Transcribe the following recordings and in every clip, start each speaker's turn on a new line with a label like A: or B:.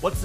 A: What's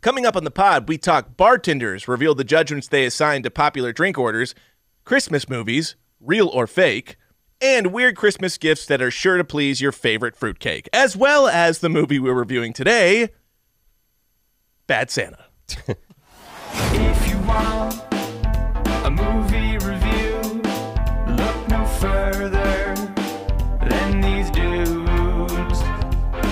A: Coming up on the pod, we talk bartenders reveal the judgments they assign to popular drink orders, Christmas movies, real or fake, and weird Christmas gifts that are sure to please your favorite fruitcake, as well as the movie we're reviewing today, Bad Santa.
B: If you want a movie review, look no further than these dudes.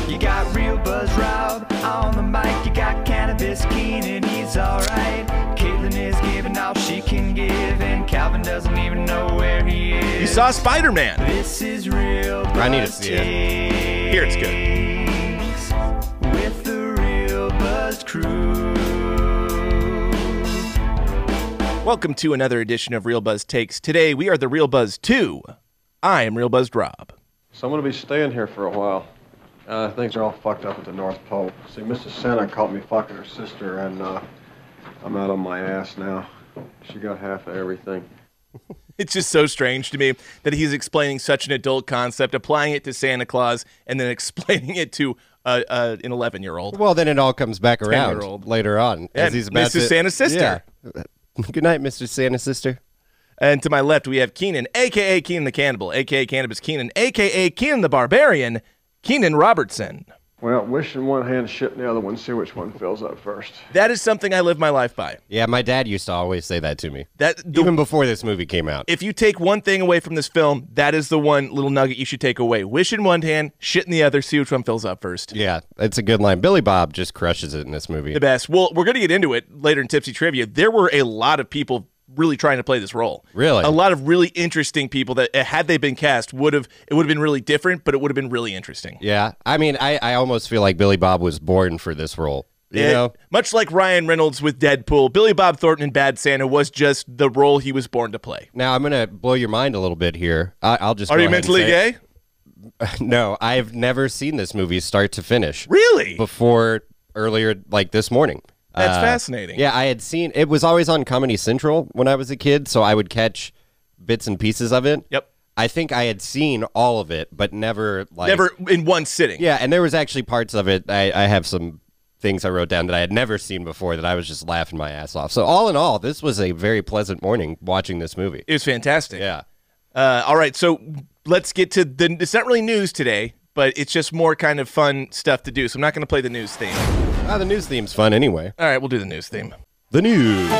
B: You got real Buzz Rob on the mic, you got Cannabis Keenan, he's alright. Caitlin is giving all she can give, and Calvin doesn't even know where he
A: You
B: is.
A: saw Spider Man.
B: This is real. Buzz
C: I need to see it.
B: it.
A: Here it's good.
B: good. With the real Buzz crew.
A: Welcome to another edition of Real Buzz Takes. Today we are the Real Buzz 2. I am Real Buzzed Rob.
D: So I'm gonna be staying here for a while. Uh, things are all fucked up at the North Pole. See, Mrs. Santa caught me fucking her sister, and uh, I'm out on my ass now. She got half of everything.
A: It's just so strange to me that he's explaining such an adult concept, applying it to Santa Claus, and then explaining it to uh, uh, an 11 year old.
C: Well, then it all comes back around
A: Ten-year-old.
C: later on.
A: And Mrs. Santa's sister.
C: Yeah. Good night, Mr. Santa's sister.
A: And to my left, we have Keenan, aka Keenan the Cannibal, aka Cannabis Keenan, aka Keenan the Barbarian, Keenan Robertson.
D: Well, wish in one hand, shit in the other one. See which one fills up first.
A: That is something I live my life by.
C: Yeah, my dad used to always say that to me,
A: That the,
C: even before this movie came out.
A: if you take one thing away from this film, that is the one little nugget you should take away. Wish in one hand, shit in the other. See which one fills up first.
C: yeah, it's a good line. Billy Bob just crushes it in this movie.
A: The best. Well, we're going to get into it later in Tipsy Trivia. There were a lot of people really trying to play this role.
C: Really?
A: a lot of really interesting people that, uh, had they been cast, would have it would have been really different, but it would have been really interesting.
C: Yeah, I mean, I, I almost feel like Billy Bob was born for this role. You
A: It-
C: know?
A: Uh, much like Ryan Reynolds with Deadpool, Billy Bob Thornton in Bad Santa was just the role he was born to play.
C: Now I'm gonna blow your mind a little bit here. I, I'll just.
A: Are
C: go
A: you
C: ahead and
A: mentally
C: say-
A: gay?
C: No, I've never seen this movie start to finish.
A: Really?
C: before earlier, like this morning.
A: That's
C: Uh,
A: fascinating.
C: Yeah, I had seen it was always on Comedy Central when I was a kid, so I would catch bits and pieces of it.
A: Yep.
C: I think I had seen all of it, but never like
A: Never in one sitting.
C: Yeah, and there was actually parts of it. I, I have some things I wrote down that I had never seen before that I was just laughing my ass off. So all in all, this was a very pleasant morning watching this movie.
A: It was fantastic.
C: Yeah.
A: Uh, all right, so let's get to the. It's not really news today, but it's just more kind of fun stuff to do. So I'm not going to play the news theme.
C: Ah, the news theme's fun anyway.
A: All right, we'll do the news theme.
C: The news.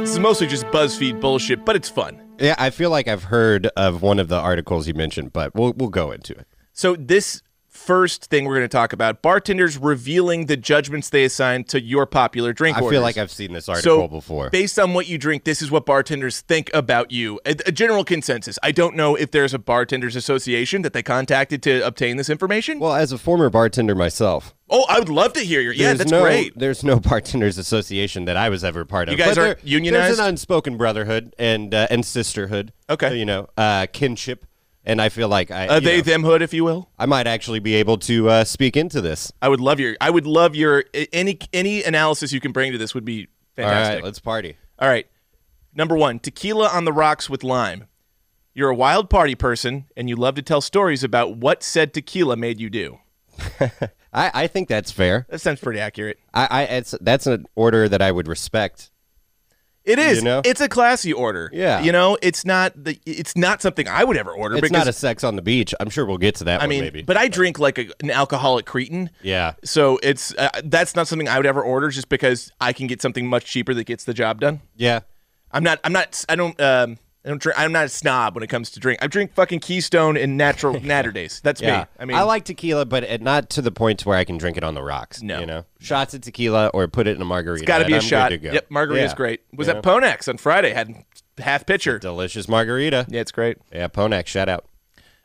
A: This is mostly just BuzzFeed bullshit, but it's fun.
C: Yeah, I feel like I've heard of one of the articles you mentioned, but we'll we'll go into it.
A: So this first thing we're going to talk about: bartenders revealing the judgments they assign to your popular drink
C: I
A: orders.
C: feel like I've seen this article
A: so
C: before.
A: based on what you drink this is what bartenders think about you a, a general consensus i don't know if there's a bartenders association that they contacted to obtain this information
C: Well, as a former bartender myself,
A: oh i would love to hear your yeah
C: there's
A: that's
C: no,
A: great
C: There's no bartenders association that I was ever part of.
A: You guys
C: But
A: aren't
C: there-
A: unionized?
C: There's an unspoken brotherhood and uh, and sisterhood.
A: Okay.
C: you know, uh, kinship, and I feel like I
A: uh,
C: you
A: they
C: know,
A: them hood if you will
C: I might actually be able to uh, speak into this.
A: i would love your i would love your a- any any analysis you can bring to this would be
C: All
A: fantastic
C: right, let's party.
A: All right. Number one, tequila on the rocks with lime. You're a wild party person and you love to tell stories about what said tequila made you do.
C: I, I think that's fair.
A: That sounds pretty accurate.
C: I, I it's that's an order that I would respect.
A: It is.
C: know?
A: It's a classy order.
C: Yeah.
A: You know, it's not the it's not something I would ever order
C: It's
A: because
C: not a sex on the beach. I'm sure we'll get to that
A: I
C: one
A: mean,
C: maybe.
A: but I drink like a, an alcoholic cretin.
C: yeah,
A: So it's uh, that's not something I would ever order just because I can get something much cheaper that gets the job done.
C: yeah.
A: I'm not. I'm not. I don't. Um, I don't drink. I'm not a snob when it comes to drink. I drink fucking Keystone and natural natter days. That's me. I mean,
C: I like tequila, but it, not to the point to where I can drink it on the rocks.
A: No.
C: you know, shots of tequila or put it in a margarita.
A: It's got to
C: and
A: be a
C: I'm
A: shot.
C: Good to go.
A: Yep, margarita's
C: Yeah.
A: great. Was
C: You
A: at
C: know?
A: Ponex on Friday. Had half pitcher.
C: Delicious margarita.
A: Yeah, it's great.
C: Yeah, Ponak, shout out.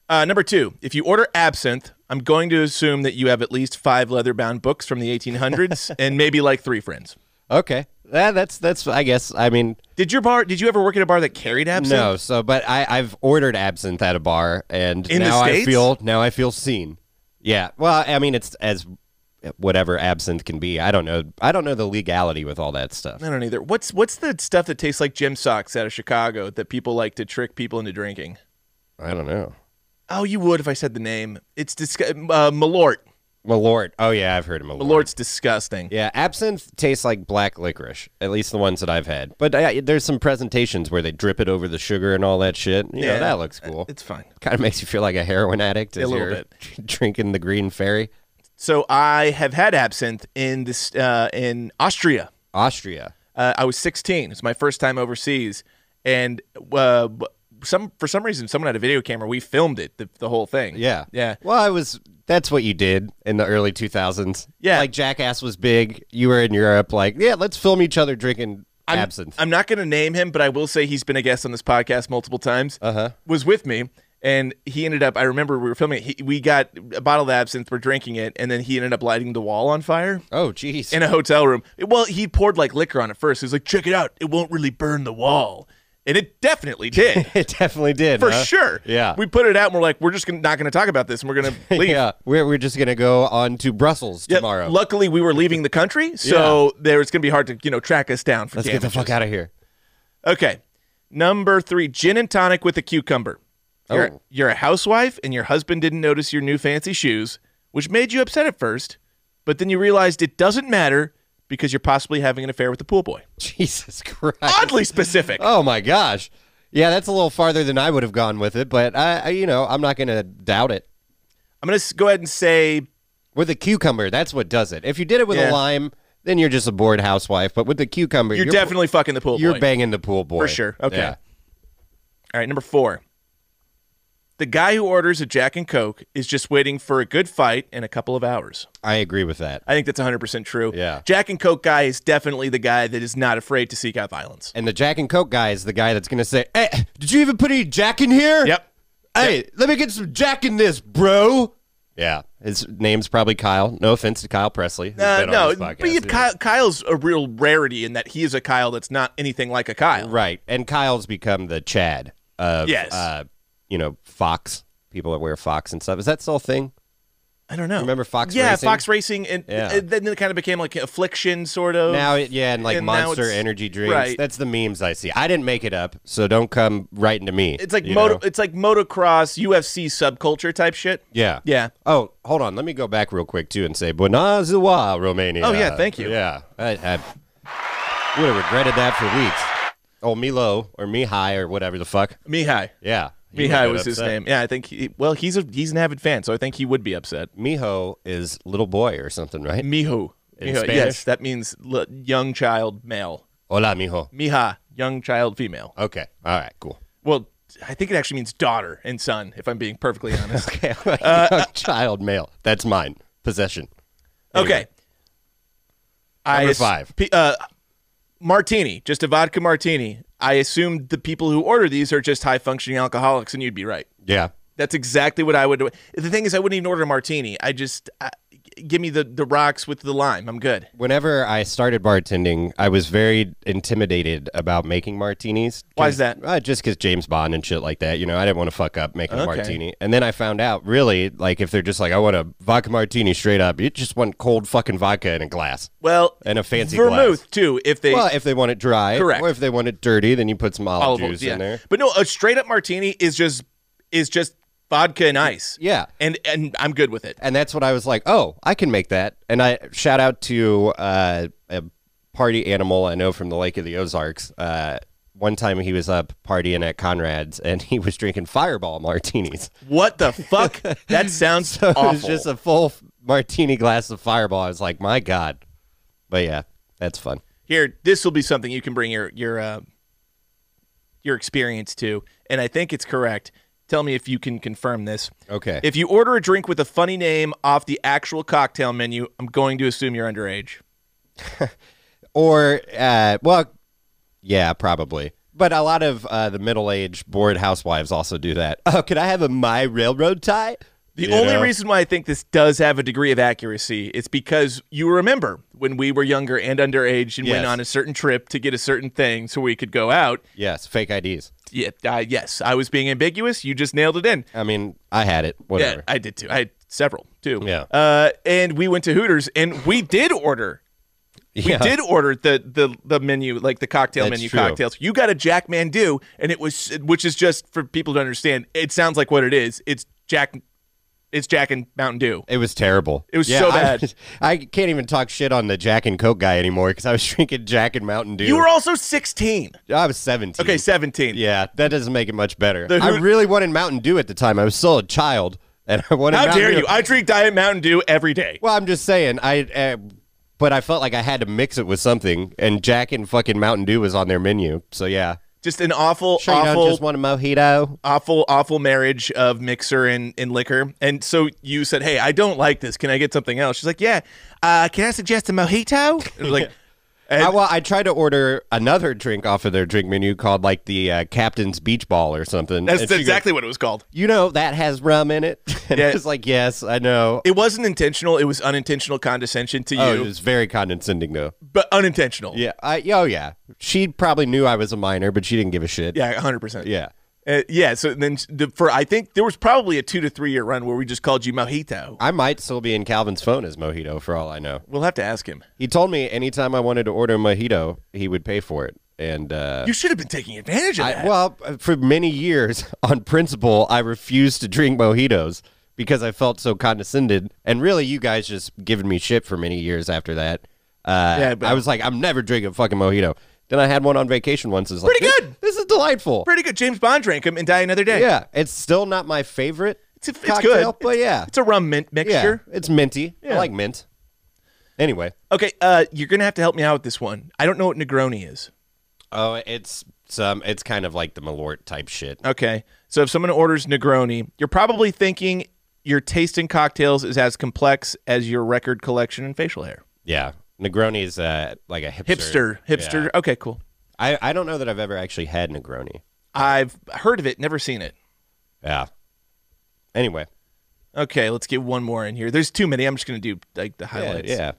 A: Uh, number two, if you order absinthe, I'm going to assume that you have at least five leather bound books from the 1800s and maybe like three friends.
C: Okay. Yeah, that's that's I guess I mean
A: Did your bar? Did you ever work at a bar that carried absinthe?
C: no so but I I've ordered absinthe at a bar and
A: In the
C: now I
A: States?
C: feel now I feel seen. Yeah. Well, I mean it's as whatever absinthe can be. I don't know. I don't know the legality with all that stuff.
A: I don't either. What's what's the stuff that tastes like gym socks out of Chicago that people like to trick people into drinking?
C: I don't know.
A: Oh, you would if I said the name. It's disg- uh, Malort.
C: Malort. Oh yeah, I've heard of Malort.
A: Malort's disgusting.
C: Yeah, absinthe tastes like black licorice. At least the ones that I've had. But I, there's some presentations where they drip it over the sugar and all that shit. You know,
A: Yeah.
C: that looks cool.
A: Uh, It's fine.
C: kind of makes you feel like a heroin addict as
A: A little
C: you're drinking the green fairy.
A: So I have had absinthe in this uh, in Austria.
C: Austria.
A: Uh, I was 16. It's my first time overseas, and uh, b- some for some reason someone had a video camera. We filmed it, the, the whole thing.
C: Yeah.
A: yeah.
C: Well, I was. That's what you did in the early 2000s.
A: Yeah.
C: Like Jackass was big. You were in Europe. Like, yeah, let's film each other drinking
A: I'm,
C: absinthe.
A: I'm not going to name him, but I will say he's been a guest on this podcast multiple times. Uh
C: Uh-huh.
A: huh. Was with me, and he ended up. I remember we were filming. It, he, we got a bottle of absinthe. We're drinking it, and then he ended up lighting the wall on fire
C: oh, jeez.
A: in a hotel room. Well, he poured like liquor on it first. He was like, "Check it out. It won't really burn the wall," and it definitely did.
C: It definitely did.
A: For
C: huh?
A: sure.
C: Yeah.
A: We put it out and we're like, we're just gonna, not going to talk about this and we're going to leave.
C: Yeah. We're, we're just going to go on to Brussels
A: Yep.
C: tomorrow.
A: Luckily, we were leaving the country, so there it's going to be hard to you know track us down for
C: let's get the fuck out of here.
A: Okay, number three, gin and tonic with a cucumber. You're,
C: Oh.
A: you're a housewife, and your husband didn't notice your new fancy shoes, which made you upset at first, but then you realized it doesn't matter because you're possibly having an affair with the pool boy.
C: Jesus Christ.
A: Oddly specific.
C: Oh my gosh. Yeah, that's a little farther than I would have gone with it, but I, I you know, I'm not going to doubt it.
A: I'm going to go ahead and say
C: With a cucumber, that's what does it. If you did it with
A: Yeah.
C: a lime, then you're just a bored housewife, but with the cucumber,
A: you're, definitely fucking the pool
C: you're
A: boy.
C: banging the pool boy.
A: For sure. Okay.
C: Yeah.
A: All right, number four. The guy who orders a Jack and Coke is just waiting for a good fight in a couple of hours.
C: I agree with that.
A: I think that's 100% true.
C: Yeah.
A: Jack and Coke guy is definitely the guy that is not afraid to seek out violence.
C: And the Jack and Coke guy is the guy that's going to say, "Hey, did you even put any Jack in here?"
A: Yep.
C: Hey, let me get some Jack in this, bro. Yeah, his name's probably Kyle. No offense to Kyle Presley. who's
A: Uh,
C: been on
A: no,
C: this podcast.
A: but you-
C: Yeah.
A: Kyle, Kyle's a real rarity in that he is a Kyle that's not anything like a Kyle.
C: Right. And Kyle's become the Chad of
A: Yes.
C: uh, you know, Fox. People that wear Fox and stuff. Is that still a thing?
A: I don't know.
C: Remember Fox
A: yeah,
C: Racing?
A: Fox Racing. And,
C: Yeah.
A: and then it kind of became like affliction, sort of.
C: Now it, yeah, and like
A: and now
C: monster
A: it's-
C: energy drinks.
A: right.
C: That's the memes I see. I didn't make it up, so don't come writing to me.
A: it's like
C: you
A: moto,
C: know?
A: it's like motocross, UFC subculture type shit.
C: Yeah.
A: Yeah.
C: Oh, hold on. Let me go back real quick too and say Buona ziua, Romania.
A: Oh, yeah, thank you.
C: Yeah. I, I would have regretted that for weeks. Oh, Milo or Mihai or whatever the fuck.
A: Mihai.
C: Yeah. he would've
A: Mihai
C: been
A: was his
C: upset.
A: name. Yeah, I think. He, well, he's a he's an avid fan, so I think he would be upset.
C: Miho is little boy or something, right?
A: Miho.
C: In
A: Miho,
C: Spanish?
A: Yes, that means l- young child male.
C: Hola, Miho.
A: Miha, young child female.
C: Okay. All right. Cool.
A: Well, I think it actually means daughter and son, if I'm being perfectly honest.
C: Okay.
A: Uh,
C: child male. That's mine. Possession.
A: okay. I
C: Number
A: ass-
C: five.
A: P- uh, martini, just a vodka martini. I assume the people who order these are just high functioning alcoholics, and you'd be right.
C: Yeah.
A: That's exactly what I would do. The thing is, I wouldn't even order a martini. I just I, g- give me the, the rocks with the lime. I'm good.
C: Whenever I started bartending, I was very intimidated about making martinis.
A: Why is that?
C: Uh, just because James Bond and shit like that. You know, I didn't want to fuck up making a
A: Okay.
C: martini. And then I found out, really, like if they're just like, I want a vodka martini straight up, you just want cold fucking vodka in a glass.
A: Well,
C: And a fancy
A: vermouth
C: glass.
A: too. If they
C: Well, if they want it dry,
A: Correct.
C: Or if they want it dirty, then you put some olive,
A: olive oil,
C: juice
A: yeah.
C: in there.
A: But no, a straight up martini is just is just vodka and ice.
C: Yeah.
A: and and I'm good with it.
C: and that's what I was like, oh, I can make that. And I shout out to uh, a party animal I know from the Lake of the Ozarks. Uh, one time he was up partying at Conrad's and he was drinking Fireball martinis.
A: What the fuck? that sounds
C: So
A: awful.
C: it was just a full f- martini glass of Fireball. I was like, my god. But yeah, that's fun.
A: Here, this will be something you can bring your your uh, your experience to, and I think it's correct. Tell me if you can confirm this.
C: Okay.
A: If you order a drink with a funny name off the actual cocktail menu, I'm going to assume you're underage.
C: Or uh, well, yeah, probably. But a lot of uh, the middle-aged bored housewives also do that. Oh, could I have a my railroad tie?
A: The
C: You
A: only
C: know?
A: reason why I think this does have a degree of accuracy is because you remember when we were younger and underage and went
C: Yes.
A: on a certain trip to get a certain thing so we could go out.
C: Yes, fake IDs.
A: Yeah, uh, yes, I was being ambiguous. You just nailed it in.
C: I mean, I had it. Whatever.
A: Yeah, I did too. I had several too.
C: Yeah.
A: Uh, and we went to Hooters and we did order. We
C: Yeah.
A: did order the the the menu, like the cocktail
C: That's
A: menu
C: true.
A: cocktails. You got a Jack Mandu, and it was which is just for people to understand. It sounds like what it is. It's Jack. It's Jack and Mountain Dew.
C: It was terrible.
A: It was so bad.
C: I, I can't even talk shit on the Jack and Coke guy anymore because I was drinking Jack and Mountain Dew.
A: You were also 16.
C: I was 17.
A: Okay, 17.
C: Yeah, that doesn't make it much better.
A: The
C: I
A: Hoot-
C: really wanted Mountain Dew at the time. I was still a child, and I wanted.
A: How
C: Mountain
A: dare
C: Dew.
A: you? I drink Diet Mountain Dew every day.
C: well, I'm just saying. I, uh, but I felt like I had to mix it with something, and Jack and fucking Mountain Dew was on their menu. So yeah,
A: Just an awful,
C: sure you
A: awful,
C: don't just want a mojito.
A: awful, awful marriage of mixer and, and liquor. And so you said, "Hey, I don't like this. Can I get something else?" She's like, "Yeah. Uh, can I suggest a mojito?" And I'm like, and-
C: I, well, I tried to order another drink off of their drink menu called like the uh, Captain's Beach Ball or something.
A: that's
C: And she goes,
A: exactly what it was called.
C: you know that has rum in it. And
A: Yeah.
C: I was like, yes, I know.
A: It wasn't intentional. It was unintentional condescension to you,
C: oh, it was very condescending though.
A: but unintentional.
C: Yeah. I, oh, yeah. She probably knew I was a minor, but she didn't give a shit.
A: yeah, 100%.
C: Yeah.
A: Uh, yeah, so then the, for I think there was probably a 2 to 3 year run where we just called you mojito.
C: I might still be in Calvin's phone as mojito for all I know.
A: We'll have to ask him.
C: He told me anytime I wanted to order a mojito, he would pay for it. And uh,
A: You should have been taking advantage of that.
C: I, well, for many years, on principle, I refused to drink mojitos because I felt so condescended. And really, you guys just given me shit for many years after that. Uh,
A: Yeah, but-
C: I was like, I'm never drinking a fucking mojito. Then I had one on vacation once. It's like,
A: Pretty
C: "This-
A: good."
C: This, is delightful.
A: Pretty good. James Bond drank him and die another day.
C: yeah, it's still not my favorite.
A: It's, a, it's
C: cocktail,
A: good.
C: but
A: It's-
C: yeah,
A: It's a rum mint
C: yeah,
A: mixture.
C: it's minty.
A: Yeah.
C: I like mint. Anyway,
A: Okay, uh, you're going to have to help me out with this one. I don't know what Negroni is.
C: oh, it's some. It's kind of like the Malort type shit.
A: Okay, so if someone orders Negroni, you're probably thinking your taste in cocktails is as complex as your record collection and facial hair.
C: Yeah, Negroni is uh, like a hipster.
A: Hipster. Hipster.
C: Yeah.
A: Okay, cool.
C: I, I don't know that I've ever actually had Negroni.
A: I've heard of it, never seen it.
C: Yeah. Anyway.
A: Okay, let's get one more in here. There's too many. I'm just going to do like the
C: Yeah,
A: highlights.
C: yeah.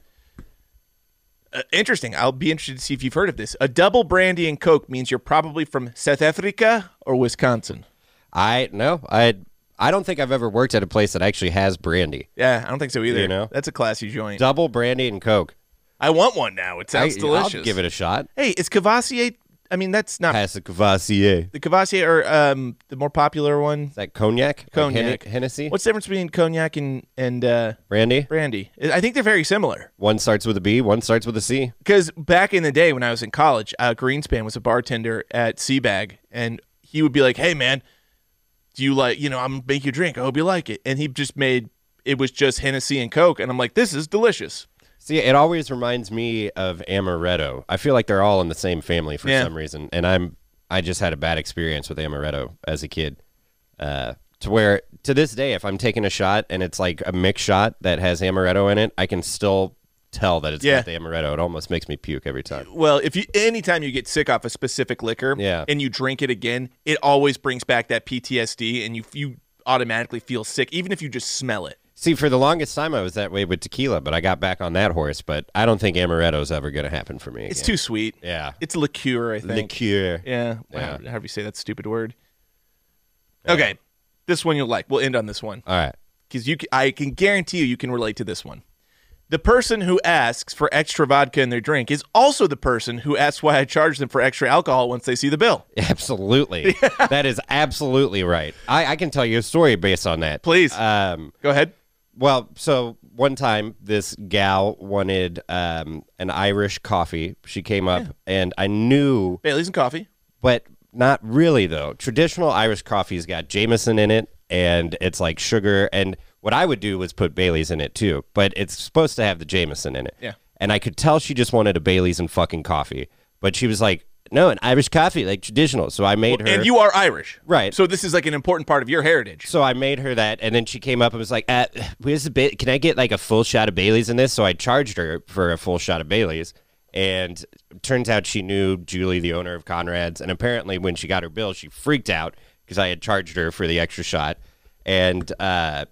A: Uh, interesting. I'll be interested to see if you've heard of this. A double brandy and coke means you're probably from South Africa or Wisconsin.
C: I no, I I don't think I've ever worked at a place that actually has brandy.
A: Yeah, I don't think so either.
C: You know?
A: That's a classy joint.
C: Double brandy and Coke.
A: I want one now. It sounds
C: I,
A: delicious.
C: I'll give it a shot.
A: hey, is Cavassier? I mean, that's not
C: Pass the Cavassier.
A: the Cavassier or um, the more popular one.
C: Is that cognac? Like
A: Cognac.
C: Henne- Hennessy?
A: What's the difference between cognac and and uh,
C: brandy?
A: brandy? I think they're very similar.
C: One starts with a B, one starts with a C.
A: Because back in the day when I was in college, uh, Greenspan was a bartender at Seabag, and he would be like, "Hey, man, do you like? You know, I'm gonna make you a drink. I hope you like it." And he just made it was just Hennessy and Coke, and I'm like, "This is delicious."
C: See, it always reminds me of amaretto. I feel like they're all in the same family for
A: Yeah.
C: some reason, and I'm I just had a bad experience with amaretto as a kid. Uh, to where to this day, if I'm taking a shot and it's like a mixed shot that has amaretto in it, I can still tell that it's
A: Yeah.
C: not the amaretto. It almost makes me puke every time.
A: Well, if you anytime you get sick off a specific liquor
C: Yeah.
A: and you drink it again, it always brings back that PTSD and you you automatically feel sick even if you just smell it.
C: See, for the longest time, I was that way with tequila, but I got back on that horse. But I don't think amaretto's ever going to happen for me.
A: It's
C: again.
A: too sweet.
C: yeah,
A: It's liqueur, I think.
C: liqueur.
A: Yeah.
C: Yeah.
A: How, how do you say that stupid word? Okay. This one you'll like. We'll end on this one
C: All right,
A: cuz you c- I can guarantee you you can relate to this one. The person who asks for extra vodka in their drink is also the person who asks why I charge them for extra alcohol once they see the bill.
C: Absolutely. that is absolutely right. I, I can tell you a story based on that.
A: Please.
C: Um,
A: Go ahead.
C: well, so one time this gal wanted um, an Irish coffee. She came up and I knew,
A: Bailey's and coffee.
C: but not really though. Traditional Irish coffee's got Jameson in it and it's like sugar. And what I would do was put Bailey's in it too, but it's supposed to have the Jameson in it.
A: Yeah.
C: And I could tell she just wanted a Bailey's and fucking coffee. But she was like, no, an Irish coffee, like traditional. So I made her.
A: And you are Irish.
C: er, Right.
A: So this is like an important part of your heritage.
C: So I made her that, and then she came up and was like, uh, "Where's the ba- Can I get like a full shot of Bailey's in this?" So I charged her for a full shot of Bailey's, And turns out she knew Julie, the owner of Conrad's. And apparently, when she got her bill, she freaked out because I had charged her for the extra shot. And uh,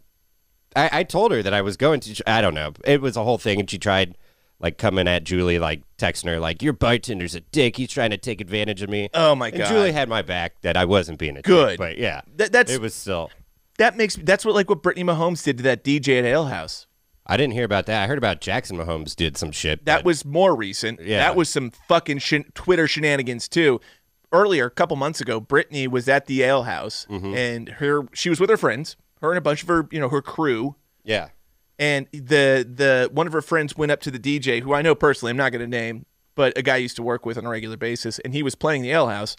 C: I, I told her that I was going to. I don't know. It was a whole thing, and she tried like coming at Julie, like texting her, like "Your bartender's a dick. He's trying to take advantage of me."
A: Oh, my
C: and
A: God.
C: Julie had my back that I wasn't being a
A: Good.
C: dick, but yeah,
A: That- that's-
C: it was still.
A: That makes that's what like what Brittany Mahomes did to that DJ at Ale House.
C: I didn't hear about that. I heard about Jackson Mahomes did some shit.
A: That
C: but-
A: was more recent.
C: Yeah.
A: That was some fucking shen- Twitter shenanigans too. Earlier, a couple months ago, Brittany was at the ale house
C: Mm-hmm.
A: and her she was with her friends, her and a bunch of her, you know, her crew.
C: yeah.
A: And the the one of her friends went up to the DJ, who I know personally, I'm not going to name, but a guy I used to work with on a regular basis, and he was playing the ale house,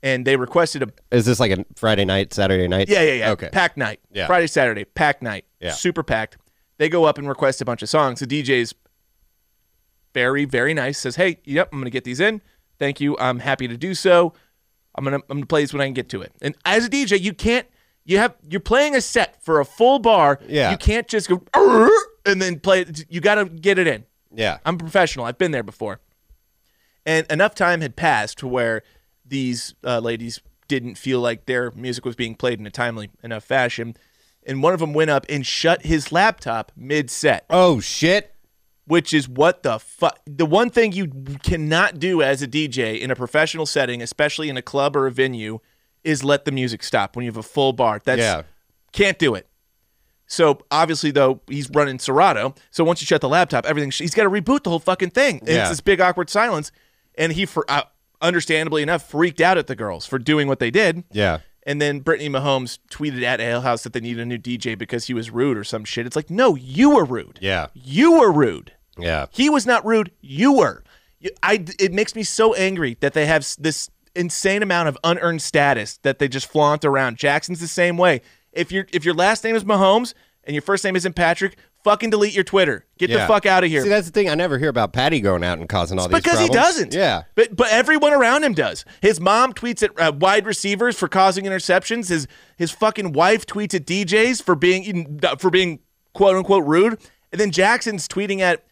A: and they requested a
C: Is this like a Friday night, Saturday night?
A: yeah, yeah, yeah.
C: Okay.
A: Pack night.
C: Yeah.
A: Friday, Saturday, pack night.
C: Yeah.
A: Super packed. They go up and request a bunch of songs. The DJ's very, very nice. Says, "Hey, yep, I'm gonna get these in. Thank you. I'm happy to do so. I'm gonna I'm gonna play this when I can get to it." And as a DJ, you can't. You have you're playing a set for a full bar.
C: Yeah.
A: You can't just go "Arr!" and then play. it. You got to get it in.
C: yeah.
A: I'm a professional. I've been there before. And enough time had passed to where these uh, ladies didn't feel like their music was being played in a timely enough fashion. And one of them went up and shut his laptop mid set,
C: oh shit.
A: which is what the fuck. The one thing you cannot do as a DJ in a professional setting, especially in a club or a venue, is let the music stop when you have a full bar. That's
C: Yeah.
A: can't do it. So obviously, though, he's running Serato. So once you shut the laptop, everything he's got to reboot the whole fucking thing. And
C: Yeah.
A: It's this big awkward silence, and he, for, uh, understandably enough, freaked out at the girls for doing what they did.
C: Yeah.
A: And then Brittany Mahomes tweeted at Ale House that they needed a new DJ because he was rude or some shit. It's like, no, you were rude.
C: Yeah.
A: you were rude.
C: Yeah.
A: He was not rude. You were. You- I. It makes me so angry that they have s- this insane amount of unearned status that they just flaunt around. Jackson's the same way. If your if your last name is Mahomes and your first name isn't Patrick, fucking delete your Twitter. Get
C: yeah.
A: the fuck out of here.
C: See, that's the thing. I never hear about Patty going out and causing all these
A: because he
C: problems.
A: doesn't.
C: Yeah.
A: But but everyone around him does. His mom tweets at uh, wide receivers for causing interceptions. His his fucking wife tweets at DJs for being for being quote unquote rude. And then Jackson's tweeting at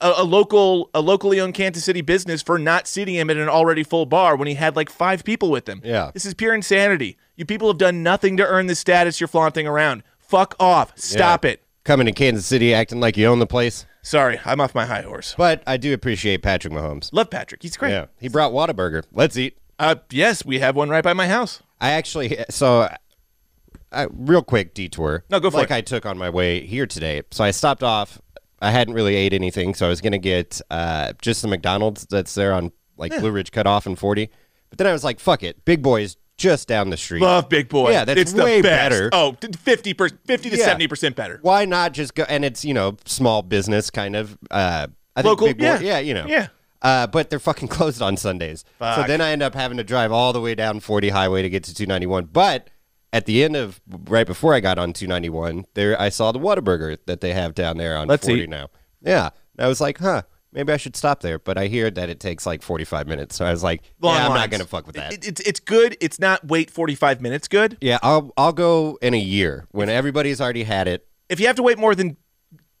A: a, a local a locally owned Kansas City business for not seating him at an already full bar when he had like five people with him.
C: Yeah.
A: This is pure insanity. You people have done nothing to earn the status you're flaunting around. Fuck off. Stop
C: Yeah.
A: it.
C: Coming to Kansas City acting like you own the place.
A: Sorry, I'm off my high horse.
C: But I do appreciate Patrick Mahomes.
A: Love Patrick. He's great.
C: Yeah. He brought Whataburger. Let's eat.
A: Uh, yes, we have one right by my house.
C: I actually so I, real quick detour.
A: No, go for
C: like
A: it.
C: I took on my way here today. So I stopped off. I hadn't really ate anything, so I was gonna get uh, just the McDonald's that's there on like Blue Ridge Cutoff and Forty. But then I was like, "Fuck it, Big Boy's just down the street."
A: Love Big Boy.
C: Yeah, that's
A: it's
C: way
A: the best.
C: better.
A: Oh, t- 50 per, 50 to
C: Yeah.
A: 70% better.
C: Why not just go? And it's you know small business kind of. Uh, I think
A: Local-
C: Big Boy-
A: yeah.
C: yeah, you know,
A: Yeah.
C: Uh, but they're fucking closed on Sundays. So
A: Fuck.
C: then I end up having to drive all the way down 40 Highway to get to 291. But at the end of right before I got on 291, there I saw the Whataburger that they have down there on
A: Let's
C: 40
A: eat.
C: now. Yeah, and I was like, huh. Maybe I should stop there, but I hear that it takes like 45 minutes. So I was like,
A: Long
C: yeah, I'm
A: lines.
C: not going to fuck with that.
A: It- it's, it's good. It's not wait 45 minutes good.
C: yeah, I'll, I'll go in a year when everybody's already had it.
A: If you have to wait more than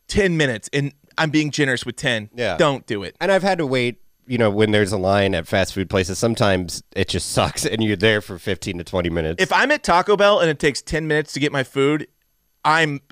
A: 10 minutes, and I'm being generous with 10,
C: Yeah.
A: don't do it.
C: and I've had to wait, you know, when there's a line at fast food places, sometimes it just sucks and you're there for 15 to 20 minutes.
A: If I'm at Taco Bell and it takes 10 minutes to get my food, I'm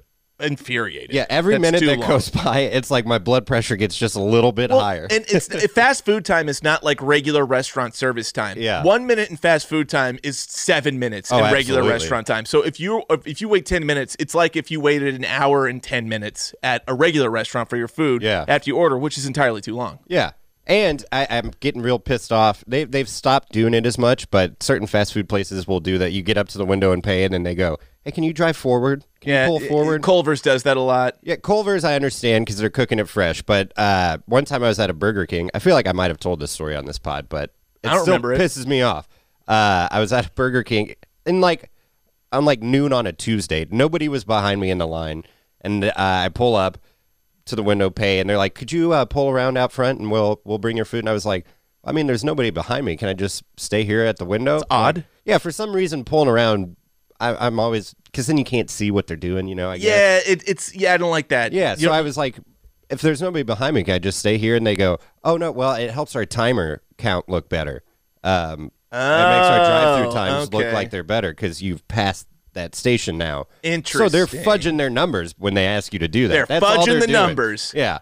A: infuriated.
C: yeah, every
A: That's
C: minute
A: too
C: that
A: long.
C: goes by, it's like my blood pressure gets just a little bit
A: Well,
C: higher.
A: and it's fast food time is not like regular restaurant service time.
C: Yeah.
A: One minute in fast food time is seven minutes
C: Oh,
A: in regular
C: absolutely.
A: restaurant time. So if you if you wait ten minutes, it's like if you waited an hour and ten minutes at a regular restaurant for your food
C: Yeah.
A: after you order, which is entirely too long.
C: yeah. And I, I'm getting real pissed off. They, they've stopped doing it as much, but certain fast food places will do that. You get up to the window and pay, and then they go, Hey, can you drive forward? Can you pull
A: it-
C: forward?
A: Culver's does that a lot.
C: Yeah, Culver's I understand because they're cooking it fresh. But uh, one time I was at a Burger King. I feel like I might have told this story on this pod, but it
A: I don't
C: still
A: remember it.
C: pisses me off. Uh, I was at a Burger King and like on like noon on a Tuesday. Nobody was behind me in the line, and uh, I pull up to the window, pay, and they're like, "Could you uh, pull around out front and we'll we'll bring your food?" And I was like. I mean, there's nobody behind me. Can I just stay here at the window?
A: odd.
C: Yeah, for some reason, pulling around, I, I'm always because then you can't see what they're doing. You know, I guess.
A: Yeah, it, it's yeah, I don't like that.
C: Yeah,
A: You
C: so
A: know,
C: I was like, if there's nobody behind me, can I just stay here? And they go, oh no, well it helps our timer count look better. Um, it makes our drive-through
A: Oh,
C: times
A: okay.
C: look like they're better because you've passed that station now. So they're
A: Interesting.
C: fudging their numbers when they ask you to do that.
A: They're
C: That's all
A: fudging
C: they're
A: the
C: doing.
A: numbers.
C: Yeah.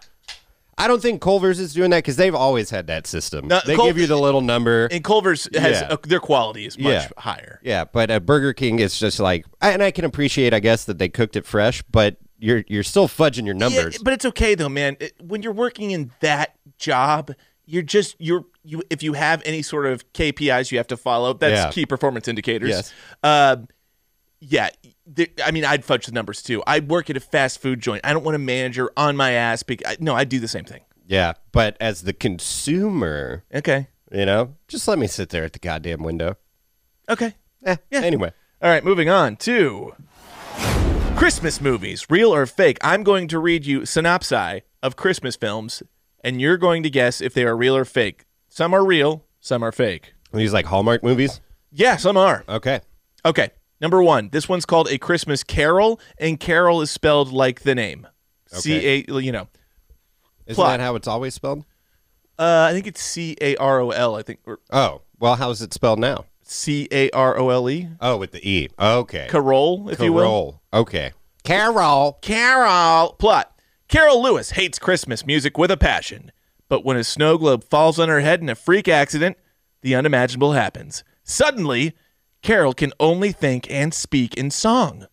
C: I don't think Culver's is doing that because they've always had that system.
A: No,
C: they
A: Cul-
C: give you the little number.
A: And Culver's has
C: Yeah.
A: uh, their quality is much
C: Yeah.
A: higher.
C: Yeah, but at Burger King, it's just like, and I can appreciate, I guess, that they cooked it fresh, but you're you're still fudging your
A: Yeah,
C: numbers.
A: but it's okay though, man. It- when you're working in that job, you're just you're you if you have any sort of KPIs you have to follow, that's
C: Yeah.
A: key performance indicators.
C: Yes.
A: Um, yeah, there, I mean, I'd fudge the numbers too. I work at a fast food joint. I don't want a manager on my ass. Because, I, no, I'd do the same thing.
C: yeah, but as the consumer,
A: Okay.
C: you know, just let me sit there at the goddamn window.
A: Okay.
C: Eh,
A: Yeah.
C: Anyway,
A: All right, moving on to Christmas movies, real or fake. I'm going to read you synopsi of Christmas films, and you're going to guess if they are real or fake. Some are real, some are fake.
C: Are these like Hallmark movies.
A: Yeah, some are.
C: Okay.
A: Okay, number one. This one's called A Christmas Carol, and Carol is spelled like the name. C A, you know.
C: Isn't
A: Plot.
C: that how it's always spelled?
A: Uh, I think it's C A R O L. I think or
C: Oh, well, how's it spelled now?
A: C A R O L E.
C: Oh, with the E. Okay.
A: Carol, if you will.
C: Carol. Okay. Carol.
A: Carol. Plot. Carol Lewis hates Christmas music with a passion, but when a snow globe falls on her head in a freak accident, the unimaginable happens. Suddenly, Carol can only think and speak in song.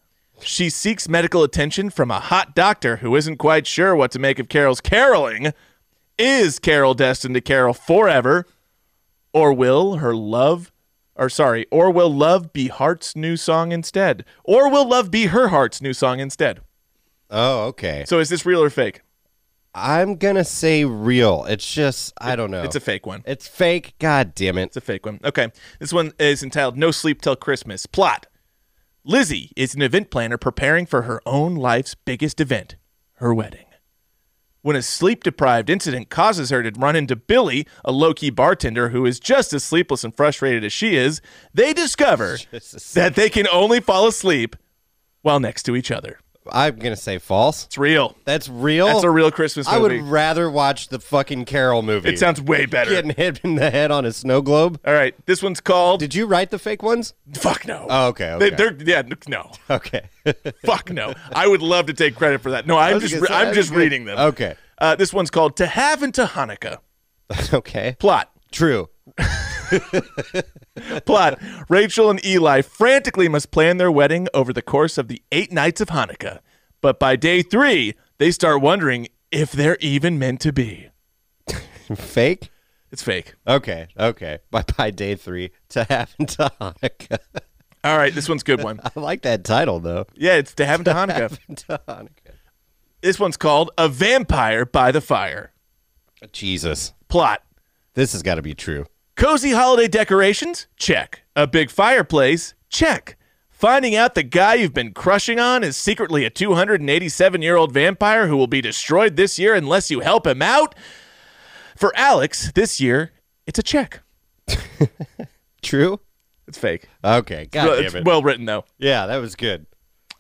A: She seeks medical attention from a hot doctor who isn't quite sure what to make of Carol's caroling. Is Carol destined to carol forever? Or will her love, or sorry, or will love be Heart's new song instead? Or will love be her Heart's new song instead?
C: Oh, okay.
A: So is this real or fake?
C: I'm gonna say real. It's just I don't know.
A: It's a fake one.
C: It's fake. God damn it.
A: It's a fake one. Okay. This one is entitled No Sleep Till Christmas. Plot Lizzie is an event planner preparing for her own life's biggest event, her wedding. When a sleep deprived incident causes her to run into Billy, a low key bartender who is just as sleepless and frustrated as she is, they discover that they can only fall asleep while next to each other.
C: I'm gonna say false.
A: It's real.
C: That's real.
A: That's a real Christmas
C: Oh, I
A: movie.
C: would rather watch the fucking Carol movie.
A: it sounds way better.
C: getting hit in the head on a snow globe.
A: All right. This one's called.
C: Did you write the fake ones?
A: Fuck no.
C: Oh, okay, okay.
A: They, they're yeah n- no.
C: Okay.
A: Fuck no. I would love to take credit for that. No, I'm
C: was
A: just
C: gonna
A: re-
C: say,
A: I'm
C: that's
A: just
C: good.
A: reading them.
C: Okay.
A: Uh, this one's called "To Have and to Hanukkah."
C: okay.
A: Plot.
C: True.
A: Plot. Rachel and Eli frantically must plan their wedding over the course of the eight nights of Hanukkah, but by day three, they start wondering if they're even meant to be.
C: Fake.
A: It's fake.
C: Okay. Okay. Bye bye. Day three to happen to Hanukkah.
A: All right, this one's a good one.
C: I like that title though.
A: Yeah, it's "To Have and to Hanukkah."
C: To Hanukkah.
A: This one's called "A Vampire by the Fire."
C: Jesus.
A: Plot.
C: This has got to be true.
A: Cozy holiday decorations? Check. A big fireplace? Check. Finding out the guy you've been crushing on is secretly a 287 year old vampire who will be destroyed this year unless you help him out? For Alex, this year, it's a check.
C: True.
A: It's fake.
C: Okay. God
A: Well,
C: damn
A: it's
C: it.
A: well written, though.
C: yeah, that was good.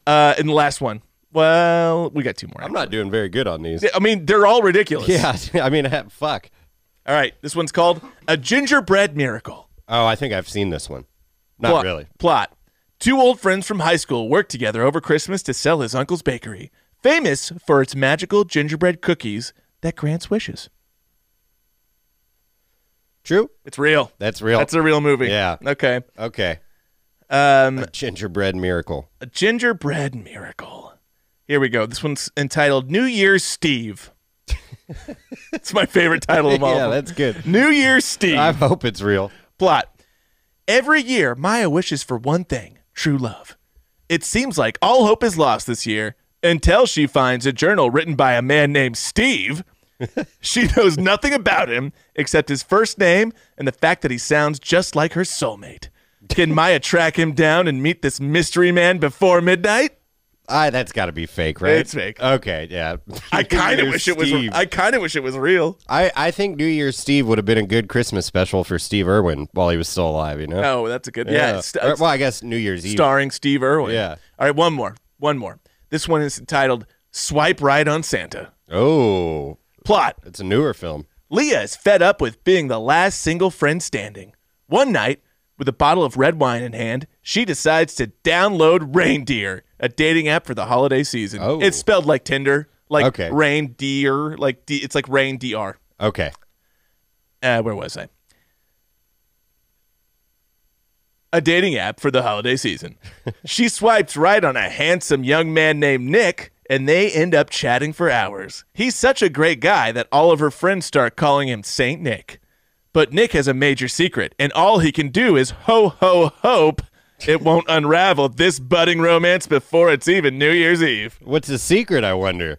A: Uh, and the last one. Well, we got two more.
C: I'm not doing very good on these.
A: I mean, they're all ridiculous.
C: Yeah. I mean, fuck.
A: All right. This one's called A Gingerbread Miracle.
C: Oh, I think I've seen this one. Not
A: plot,
C: really.
A: Plot. Two old friends from high school work together over Christmas to sell his uncle's bakery, famous for its magical gingerbread cookies that grants wishes.
C: True.
A: It's real.
C: That's real.
A: That's a real movie.
C: Yeah.
A: Okay.
C: okay.
A: Um,
C: Gingerbread miracle.
A: a gingerbread miracle. Here we go. This one's entitled New Year's Steve. it's my favorite title of all.
C: yeah,
A: of them.
C: that's good.
A: New Year's Steve.
C: I hope it's real.
A: Plot. Every year, Maya wishes for one thing true love. It seems like all hope is lost this year until she finds a journal written by a man named Steve. she knows nothing about him except his first name and the fact that he sounds just like her soulmate. Can Maya track him down and meet this mystery man before midnight?
C: I that's got to be fake, right?
A: It's fake.
C: Okay, yeah.
A: I kind of
C: New
A: wish it was.
C: Steve.
A: I kind of wish it was real.
C: I, I think New Year's Steve would have been a good Christmas special for Steve Irwin while he was still alive. You know.
A: Oh, that's a good. Yeah. it's-
C: Or, well, I guess New Year's Eve.
A: starring Steve Irwin.
C: Yeah.
A: All right, one more. One more. This one is entitled Swipe Right on Santa.
C: Oh,
A: Plot
C: it's a newer film.
A: Leah is fed up with being the last single friend standing. One night, with a bottle of red wine in hand, she decides to download Reindeer, a dating app for the holiday season.
C: Oh.
A: It's spelled like Tinder, like
C: Okay.
A: reindeer, like D, it's like rain dr.
C: Okay.
A: Uh, where was I? A dating app for the holiday season. she swipes right on a handsome young man named Nick, and they end up chatting for hours. He's such a great guy that all of her friends start calling him Saint Nick. But Nick has a major secret, and all he can do is ho ho hope it won't unravel this budding romance before it's even New Year's Eve.
C: What's the secret? I wonder.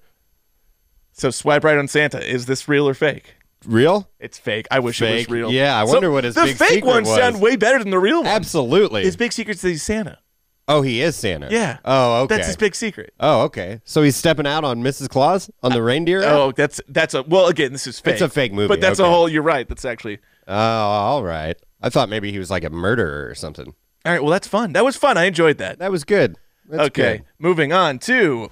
A: So swipe right on Santa. Is this real or fake?
C: Real?
A: It's fake. I wish it was
C: Fake.
A: real.
C: Yeah, I wonder what his
A: the
C: big
A: fake
C: secret
A: ones
C: was.
A: sound way better than the real ones.
C: Absolutely.
A: His big secret's that he's Santa.
C: oh, he is Santa.
A: Yeah.
C: Oh, okay.
A: That's his big secret.
C: Oh, okay. So he's stepping out on Mrs. Claus on the reindeer. app?
A: Oh, that's that's a well. Again, this is fake.
C: It's a fake movie,
A: But that's a
C: okay.
A: whole. You're right. That's actually
C: Oh, all right. I thought maybe he was like a murderer or something.
A: all right. Well, that's fun. That was fun. I enjoyed that.
C: That was good. That's
A: okay,
C: good.
A: moving on to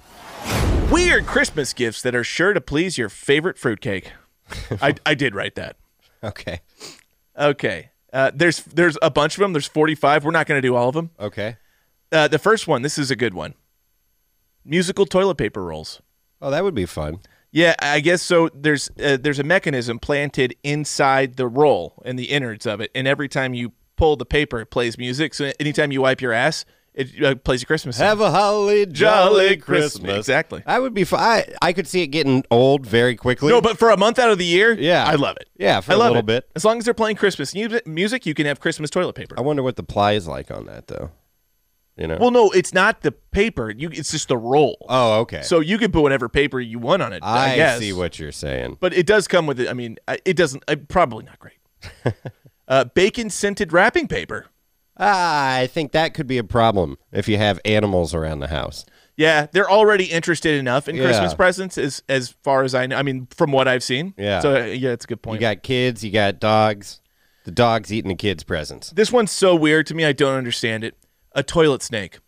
A: weird Christmas gifts that are sure to please your favorite fruitcake. I I did write that.
C: Okay.
A: Okay. Uh, there's there's a bunch of them. There's 45. We're not going to do all of them.
C: Okay.
A: Uh, the first one. This is a good one. Musical toilet paper rolls.
C: Oh, that would be fun.
A: Yeah, I guess so. There's uh, there's a mechanism planted inside the roll and the innards of it, and every time you pull the paper, it plays music. So anytime you wipe your ass, it uh, plays a Christmas song.
C: Have a holly jolly
A: Jolly Christmas.
C: Christmas.
A: Exactly.
C: I would be fun. I, I could see it getting old very quickly.
A: no, but for a month out of the year,
C: Yeah.
A: I love it.
C: Yeah, for
A: I
C: a
A: love
C: little
A: it.
C: bit.
A: As long as they're playing Christmas mu- music, you can have Christmas toilet paper.
C: I wonder what the ply is like on that though. You know.
A: Well, no, it's not the paper. You, it's just the roll.
C: oh, okay.
A: So you can put whatever paper you want on it. I,
C: I
A: guess.
C: see what you're saying.
A: but it does come with it. I mean, I- it doesn't. I, probably not great. uh, bacon scented wrapping paper.
C: Ah, I think that could be a problem if you have animals around the house.
A: Yeah, they're already interested enough in
C: Yeah.
A: Christmas presents, as as far as I know. I mean, from what I've seen.
C: Yeah.
A: So uh, yeah, it's a good
C: You
A: point.
C: got kids, you got dogs. The dog's eating the kids' presents.
A: this one's so weird to me. I don't understand it. A toilet snake.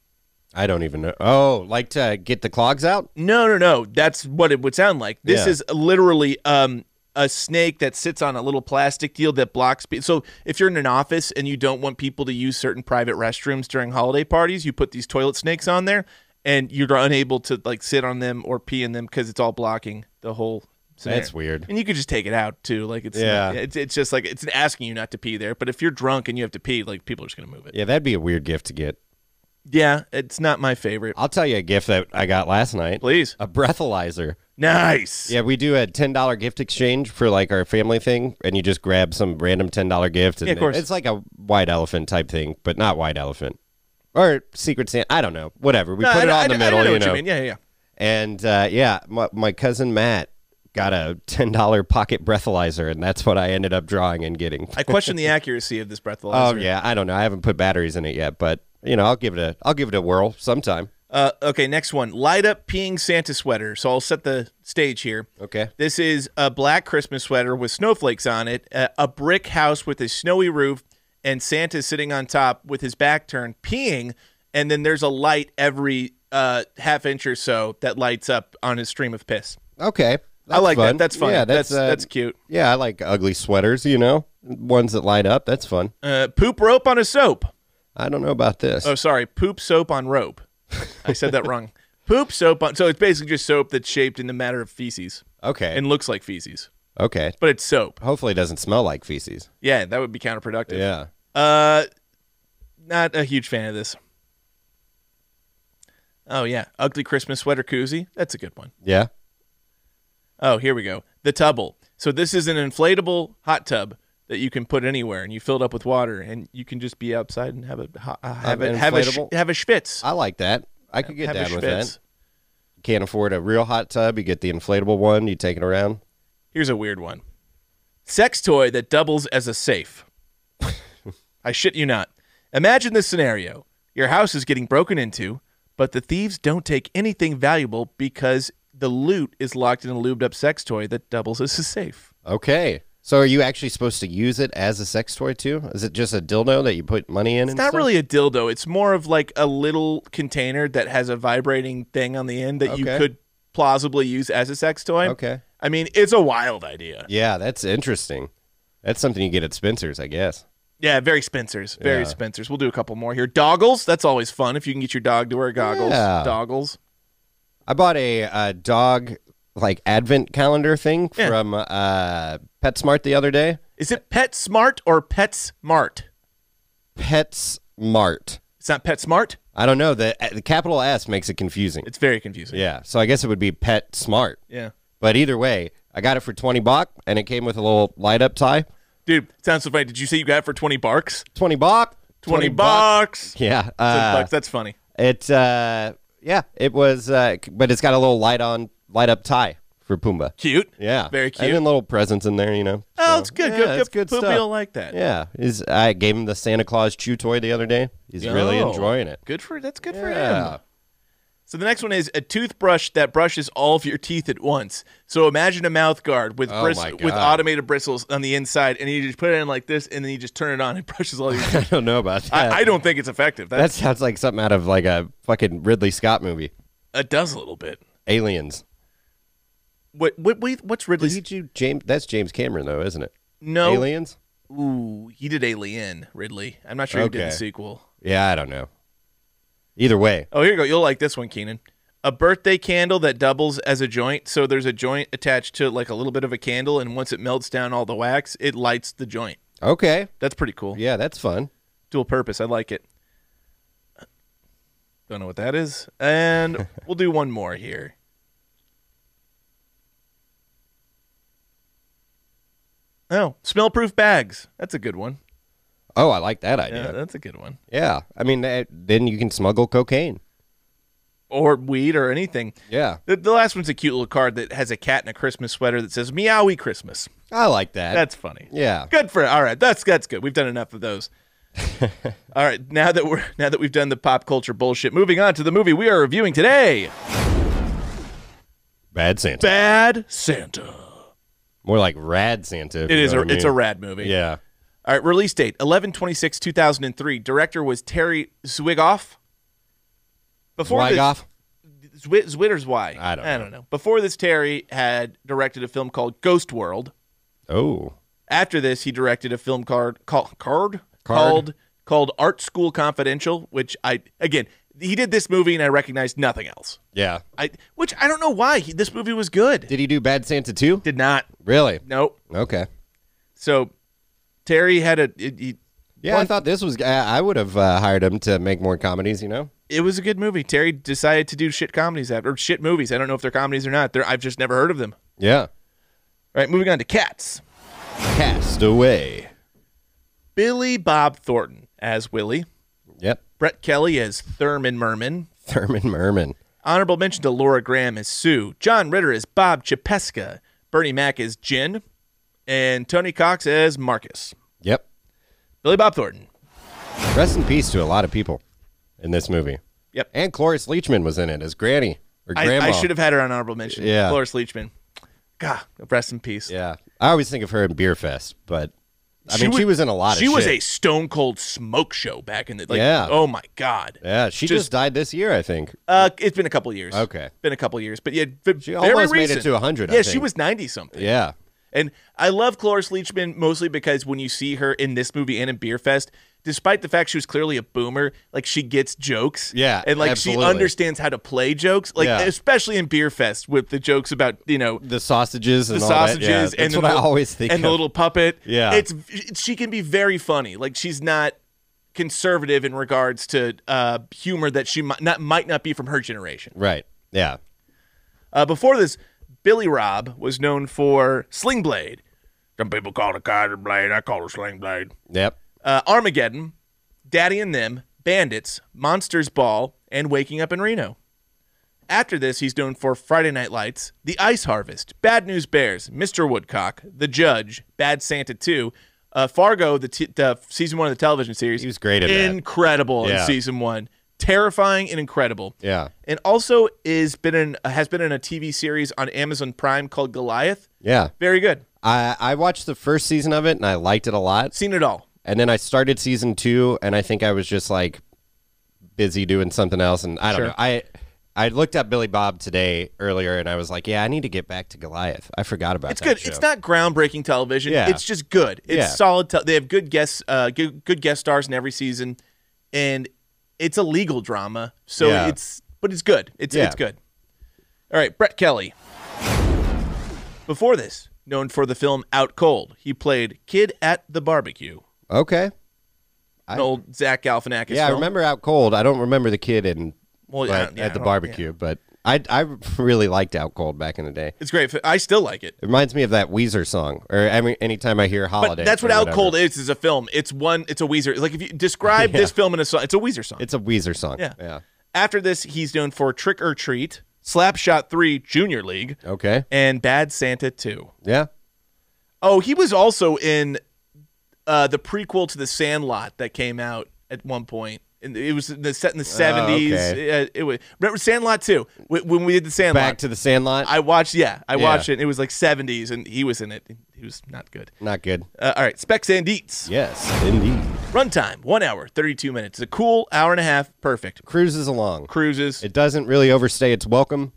C: I don't even know. Oh, like to get the clogs out?
A: No, no, no. That's what it would sound like. This
C: Yeah.
A: is literally um a snake that sits on a little plastic deal that blocks. Pe- so if you're in an office and you don't want people to use certain private restrooms during holiday parties, you put these toilet snakes on there, and you're unable to like sit on them or pee in them because it's all blocking the whole. Scenario.
C: That's weird.
A: And you could just take it out too. Like it's
C: Yeah.
A: yeah. it's, it's just like it's asking you not to pee there. But if you're drunk and you have to pee, like people are just gonna move it.
C: Yeah, that'd be a weird gift to get.
A: Yeah, it's not my favorite.
C: I'll tell you a gift that I got last night.
A: Please,
C: A breathalyzer.
A: nice.
C: Yeah, we do a ten dollar gift exchange for like our family thing, and you just grab some random ten dollar gift. And
A: Yeah, of course.
C: It's like a white elephant type thing, but not white elephant or secret Santa. I don't know. Whatever. We
A: No,
C: put
A: I-
C: it
A: I-
C: on the
A: I
C: middle.
A: know
C: you
A: what
C: know.
A: you mean. Yeah, yeah, yeah.
C: And uh, yeah, my, my cousin Matt got a ten dollar pocket breathalyzer, and that's what I ended up drawing and getting.
A: I question the accuracy of this breathalyzer.
C: oh yeah, I don't know. I haven't put batteries in it yet, but you know, I'll give it a I'll give it a whirl sometime.
A: Uh, okay, next one. Light up peeing Santa sweater. So I'll set the stage here.
C: Okay.
A: This is a black Christmas sweater with snowflakes on it, a, a brick house with a snowy roof, and Santa's sitting on top with his back turned peeing. And then there's a light every uh, half inch or so that lights up on his stream of piss.
C: Okay.
A: I like
C: fun.
A: that. That's fun.
C: Yeah,
A: that's
C: that's
A: that's,
C: uh,
A: cute.
C: Yeah, I like ugly sweaters. You know, ones that light up. That's fun.
A: Uh, poop rope on a soap.
C: I don't know about this.
A: Oh, sorry. Poop soap on rope. I said that wrong. Poop soap on. So it's basically just soap that's shaped in the matter of feces
C: okay.
A: and looks like feces,
C: okay.
A: but it's soap.
C: Hopefully, it doesn't smell like feces.
A: Yeah, that would be counterproductive.
C: Yeah.
A: Uh, not a huge fan of this. Oh yeah, ugly Christmas sweater koozie. That's a good one.
C: Yeah.
A: Oh, here we go. The tubble. So this is an inflatable hot tub that you can put anywhere, and you fill it up with water, and you can just be outside and have a ho- uh, have
C: An
A: a have a, sh-
C: inflatable?
A: have a schwitz.
C: I like that. I could get
A: have
C: down
A: a
C: with
A: schwitz.
C: that. Can't afford a real hot tub. You get the inflatable one. You take it around.
A: Here's a weird one. Sex toy that doubles as a safe. I shit you not. Imagine this scenario. Your house is getting broken into, but the thieves don't take anything valuable because the loot is locked in a lubed up sex toy that doubles as a safe.
C: Okay. So are you actually supposed to use it as a sex toy too? Is it just a dildo that you put money in?
A: It's not really a dildo. It's more of like a little container that has a vibrating thing on the end that you
C: Okay.
A: could plausibly use as a sex toy.
C: Okay.
A: I mean, it's a wild idea.
C: Yeah, that's interesting. That's something you get at Spencer's, I guess.
A: Yeah, very Spencer's. Very
C: Yeah.
A: Spencer's. We'll do a couple more here. Doggles. That's always fun if you can get your dog to wear goggles.
C: Yeah.
A: Doggles.
C: I bought a uh, dog like advent calendar thing
A: Yeah.
C: from uh, PetSmart the other day.
A: Is it Pet Smart or Pet Smart?
C: PetSmart.
A: It's not Pet Smart.
C: I don't know. The uh, the capital S makes it confusing.
A: It's very confusing.
C: yeah, so I guess it would be Pet Smart.
A: Yeah.
C: But either way, I got it for twenty buck, and it came with a little light up tie.
A: Dude, sounds so funny. Did you say you got it for 20 barks?
C: Twenty buck.
A: 20, bucks.
C: Yeah.
A: 20
C: Uh,
A: bucks. That's funny.
C: it's uh yeah. It was uh, c- but it's got a little light on light up tie for Pumbaa.
A: Cute.
C: Yeah.
A: Very
C: And
A: cute.
C: then little presents in there, you know.
A: oh,
C: so-
A: it's good.
C: Yeah,
A: good.
C: it's
A: good.
C: good
A: Poopy
C: stuff.
A: will like that.
C: Yeah, is I gave him the Santa Claus chew toy the other day. He's really
A: Oh.
C: enjoying it.
A: Good for that's good for
C: Yeah.
A: him. So the next one is a toothbrush that brushes all of your teeth at once. So imagine a mouth guard with
C: Oh
A: bris-
C: my
A: with
C: God.
A: automated bristles on the inside, and you just put it in like this, and then you just turn it on and brushes all your
C: I
A: teeth.
C: don't know about
A: I,
C: that.
A: I don't think it's effective.
C: that
A: That's,
C: sounds like something out of like a fucking Ridley Scott movie,
A: it does a little bit.
C: Aliens.
A: What what what- what's
C: Did
A: Ridley's?
C: he do James? That's James Cameron though, isn't it?
A: no,
C: Aliens.
A: Ooh, he did Alien Ridley. I'm not sure who did
C: Okay.
A: the sequel.
C: Yeah, I don't know. Either way,
A: Oh, here you go. You'll like this one, Keenan. A birthday candle that doubles as a joint. So there's a joint attached to like a little bit of a candle, and once it melts down all the wax, it lights the joint.
C: okay.
A: That's pretty cool.
C: Yeah, that's fun.
A: Dual purpose. I like it. Don't know what that is. And we'll do one more here. Oh, smell proof bags. That's a good one.
C: Oh, I like that
A: Yeah,
C: idea.
A: that's a good one.
C: Yeah, I mean, that- then you can smuggle cocaine.
A: Or weed or anything.
C: Yeah,
A: The, the last one's a cute little card that has a cat in a Christmas sweater that says "Meowie Christmas."
C: I like that.
A: That's funny.
C: yeah.
A: Good for all right. That's that's good. We've done enough of those. all right, now that we're now that we've done the pop culture bullshit, moving on to the movie we are reviewing today,
C: Bad Santa.
A: Bad Santa.
C: More like Rad Santa. if
A: It
C: you
A: is
C: know
A: a
C: what I
A: it's a
C: mean.
A: rad movie.
C: Yeah.
A: All right, release date 1126 2003. Director was Terry Zwigoff. Before this-
C: Wygoff?
A: Zwi- Zwitter's why
C: I don't
A: I
C: know.
A: don't know. Before this, Terry had directed a film called Ghost World.
C: Oh.
A: After this, he directed a film card call, card,
C: Card.
A: called called Art School Confidential, which I again he did this movie and I recognized nothing else.
C: Yeah.
A: I which I don't know why he, this movie was good. Did,
C: Did he do Bad Santa too?
A: not.
C: really?
A: Nope.
C: Okay.
A: So Terry had a it, he-
C: Yeah, I
A: one-
C: thought this was. I I would have uh, hired him to make more comedies. You know.
A: it was a good movie. Terry decided to do shit comedies after or shit movies. I don't know if they're comedies or not. They're, I've just never heard of them.
C: Yeah.
A: All right, moving on to Cats.
C: Cast away.
A: Billy Bob Thornton as Willie,
C: Yep.
A: Brett Kelly as Thurman Merman,
C: Thurman Merman.
A: Honorable mention to Laura Graham as Sue. John Ritter as Bob Chapeska. Bernie Mac as Jin. And Tony Cox as Marcus.
C: Yep.
A: Billy Bob Thornton.
C: Rest in peace to a lot of people in this movie.
A: Yep.
C: And Cloris Leachman was in it as Granny or
A: I,
C: Grandma.
A: I should have had her on honorable mention.
C: Yeah.
A: Cloris Leachman. God, rest in peace.
C: Yeah. I always think of her in Beer Fest, but I
A: She
C: mean, she
A: was-
C: was in a lot
A: She
C: of
A: was a
C: shit.
A: stone cold smoke show back in the like.
C: Yeah.
A: Oh my God.
C: Yeah, she just,
A: just-
C: died this year, I think.
A: Uh, it's been a couple years.
C: Okay.
A: Been a couple years, but yeah, v-
C: She
A: very
C: almost made it
A: recent.
C: to 100, I
A: Yeah, she
C: think.
A: was ninety something.
C: Yeah.
A: And I love Cloris Leachman mostly because when you see her in this movie and in Beer Fest, despite the fact she was clearly a boomer, like she gets jokes.
C: Yeah,
A: And like
C: absolutely.
A: she understands how to play jokes. Like
C: Yeah.
A: especially in Beer Fest with the jokes about, you know,
C: The sausages and
A: the
C: all
A: sausages
C: that. Yeah, that's
A: and
C: what
A: the
C: I
A: little-
C: always think
A: and the
C: of.
A: little puppet.
C: Yeah.
A: It's it- she can be very funny. Like she's not conservative in regards to uh, humor that she might not might not be from her generation.
C: Right. Yeah.
A: Uh, before this, Billy Rob was known for Sling Blade. Some people call it a Kaiser Blade. I call it a Sling Blade.
C: Yep.
A: Uh, Armageddon, Daddy and Them, Bandits, Monsters Ball, and Waking Up in Reno. After this, he's known for Friday Night Lights, The Ice Harvest, Bad News Bears, Mr. Woodcock, The Judge, Bad Santa 2, uh, Fargo, the, t- the season one of the television series.
C: He was great at that.
A: incredible
C: Yeah.
A: in season one, terrifying and incredible
C: Yeah.
A: and also is been in has been in a TV series on Amazon Prime called Goliath.
C: Yeah.
A: Very good.
C: I, I watched the first season of it and I liked it a lot.
A: Seen it all.
C: And then I started season two and I think I was just like busy doing something else and I don't
A: Sure.
C: know. I I looked up Billy Bob today earlier, and I was like, "Yeah, I need to get back to Goliath." I forgot about
A: It's
C: that
A: good.
C: show.
A: It's not groundbreaking television.
C: Yeah.
A: It's just good. It's
C: Yeah.
A: solid. Te- they have good guest, uh, good, good guest stars in every season, and it's a legal drama. So
C: Yeah.
A: it's, but it's good. It's
C: Yeah.
A: it's good. All right, Brett Kelly. Before this, known for the film Out Cold, he played Kid at the Barbecue,
C: okay.
A: an old Zach Galifianakis.
C: Yeah, I
A: film.
C: remember Out Cold. I don't remember the kid in
A: Well,
C: but-
A: yeah, yeah,
C: at the
A: I don't-
C: barbecue, but I I really liked Out Cold back in the day.
A: It's great. I still like it.
C: It reminds me of that Weezer song, or I mean, anytime I hear
A: But
C: holiday.
A: that's what
C: or
A: Out
C: whatever.
A: Cold is. Is a film. It's one. It's a Weezer. Like if you describe this film in a song, it's a Weezer song.
C: It's a Weezer song.
A: Yeah.
C: Yeah.
A: After this, he's known for Trick or Treat, Slapshot 3 Junior League,
C: Okay.
A: and Bad Santa 2.
C: Yeah.
A: Oh, he was also in uh, the prequel to The Sandlot that came out at one point. And it was in the, set in the 70s.
C: Oh, okay.
A: Uh, it was remember Sandlot 2 Wh- when we did The Sandlot.
C: Back to the Sandlot.
A: I watched, yeah, I
C: Yeah.
A: watched it. And it was like 70s, and he was in it. He was not good.
C: Not good.
A: Uh, all right, Specs and Eats.
C: Yes, indeed.
A: Runtime, one hour, 32 minutes. It's a cool hour and a half. Perfect.
C: Cruises along.
A: Cruises.
C: It doesn't really overstay its welcome.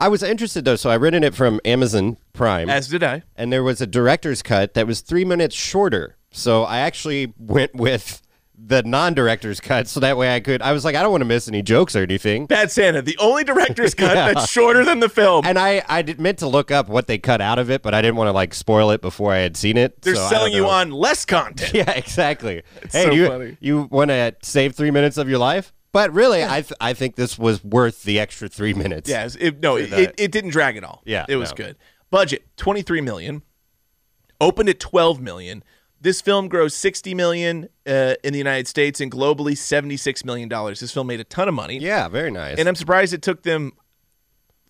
C: I was interested though, so I rented it from Amazon Prime,
A: as did I.
C: and there was a director's cut that was three minutes shorter. So I actually went with the non-director's cut, so that way I could. I was like, I don't want to miss any jokes or anything.
A: Bad Santa, the only director's cut that's shorter than the film.
C: And I, I did, meant to look up what they cut out of it, but I didn't want to like spoil it before I had seen it.
A: They're
C: so I
A: selling
C: don't
A: you
C: know.
A: on less content.
C: Yeah, exactly. hey,
A: so
C: you
A: funny.
C: you want to save three minutes of your life? But really, I th- I think this was worth the extra three minutes.
A: Yeah, it, no, it, it, it didn't drag at all.
C: Yeah,
A: it was
C: no.
A: good. Budget twenty three million, opened at twelve million. This film grossed sixty million uh, in the United States and globally seventy six million dollars. This film made a ton of money.
C: yeah, very nice.
A: and I'm surprised it took them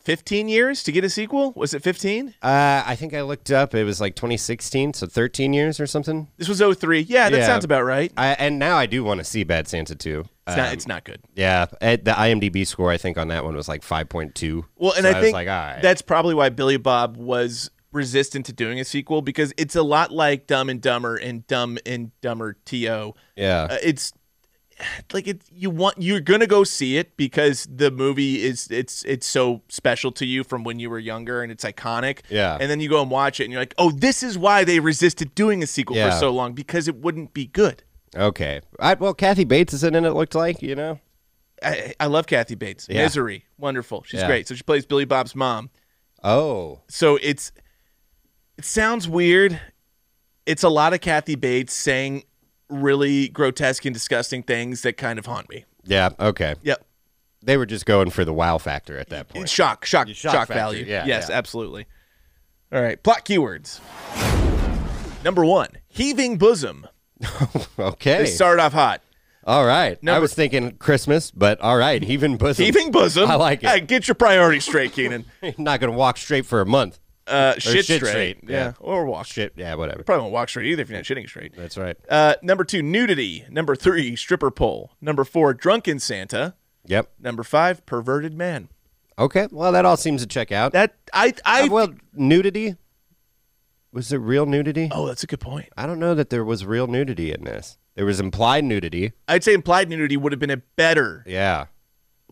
A: fifteen years to get a sequel. Was it fifteen?
C: uh, I think I looked up. It was like 2016, so 13 years or something.
A: This was 03. Yeah, that
C: Yeah.
A: sounds about right. It's,
C: I, and now I do want to see Bad Santa too. Uh,
A: not, it's not good.
C: yeah, at the IMDb score I think on that one was like 5.2.
A: Well, and
C: So
A: I
C: was
A: think
C: like, all right.
A: that's probably why Billy Bob was resistant to doing a sequel because it's a lot like Dumb and Dumber and Dumb and Dumber To.
C: yeah.
A: Uh, it's like it you want you're gonna go see it because the movie is it's it's so special to you from when you were younger and it's iconic.
C: Yeah.
A: And then you go and watch it and you're like, oh, this is why they resisted doing a sequel for
C: Yeah.
A: so long because it wouldn't be good.
C: okay. I, well, Kathy Bates is in it. It looked like you know.
A: I, I love Kathy Bates.
C: Yeah.
A: Misery, wonderful. She's
C: Yeah.
A: great. So she plays Billy Bob's mom.
C: Oh,
A: so it's it sounds weird. It's a lot of Kathy Bates saying really grotesque and disgusting things that kind of haunt me.
C: yeah. Okay.
A: Yep.
C: They were just going for the wow factor at that point.
A: Shock, shock,
C: Shock
A: shock,
C: factor,
A: value.
C: yeah,
A: yes,
C: yeah.
A: absolutely. All right, plot keywords. Number one, heaving bosom.
C: Okay.
A: They start off hot.
C: All right. I
A: Number-
C: was thinking Christmas, but all right, heaving bosom.
A: Heaving bosom.
C: I like it.
A: Hey, get your priorities straight, Keenan.
C: Not gonna walk straight for a month.
A: Uh, shit,
C: shit
A: straight.
C: straight,
A: Yeah.
C: yeah.
A: Or walk straight.
C: Shit. Yeah. Whatever.
A: Probably won't walk straight either if you're not shitting straight.
C: That's right.
A: Uh, number two, nudity. Number three, stripper pole. Number four, drunken Santa.
C: Yep.
A: Number five, perverted man.
C: Okay. Well, that all seems to check out.
A: That I I
C: Uh, well, nudity. Was there real nudity?
A: oh, that's a good point.
C: I don't know that there was real nudity in this. There was implied nudity.
A: I'd say implied nudity would have been a better
C: Yeah.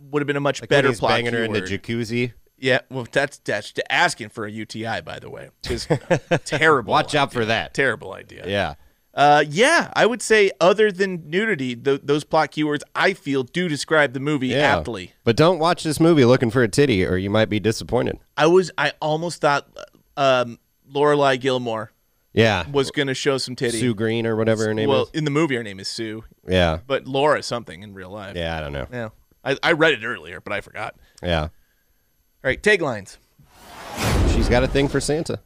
A: would have been a much
C: Like when
A: better
C: he's
A: plot.
C: banging her in the
A: keyword.
C: jacuzzi.
A: yeah, well, that's that's to asking for a UTI, by the way. Just terrible.
C: Watch out for that.
A: Terrible idea.
C: Yeah.
A: Uh, yeah, I would say other than nudity, th- those plot keywords I feel do describe the movie
C: Yeah.
A: aptly.
C: But don't watch this movie looking for a titty, or you might be disappointed.
A: I was I almost thought um, Lorelai Gilmore
C: Yeah.
A: was going to show some titty.
C: Sue Green or whatever her name
A: well,
C: is.
A: in the movie, her name is Sue,
C: Yeah.
A: but Laura something in real life.
C: Yeah. I don't know.
A: Yeah. I, I read it earlier, but I forgot.
C: Yeah.
A: All right, taglines.
C: She's got a thing for Santa.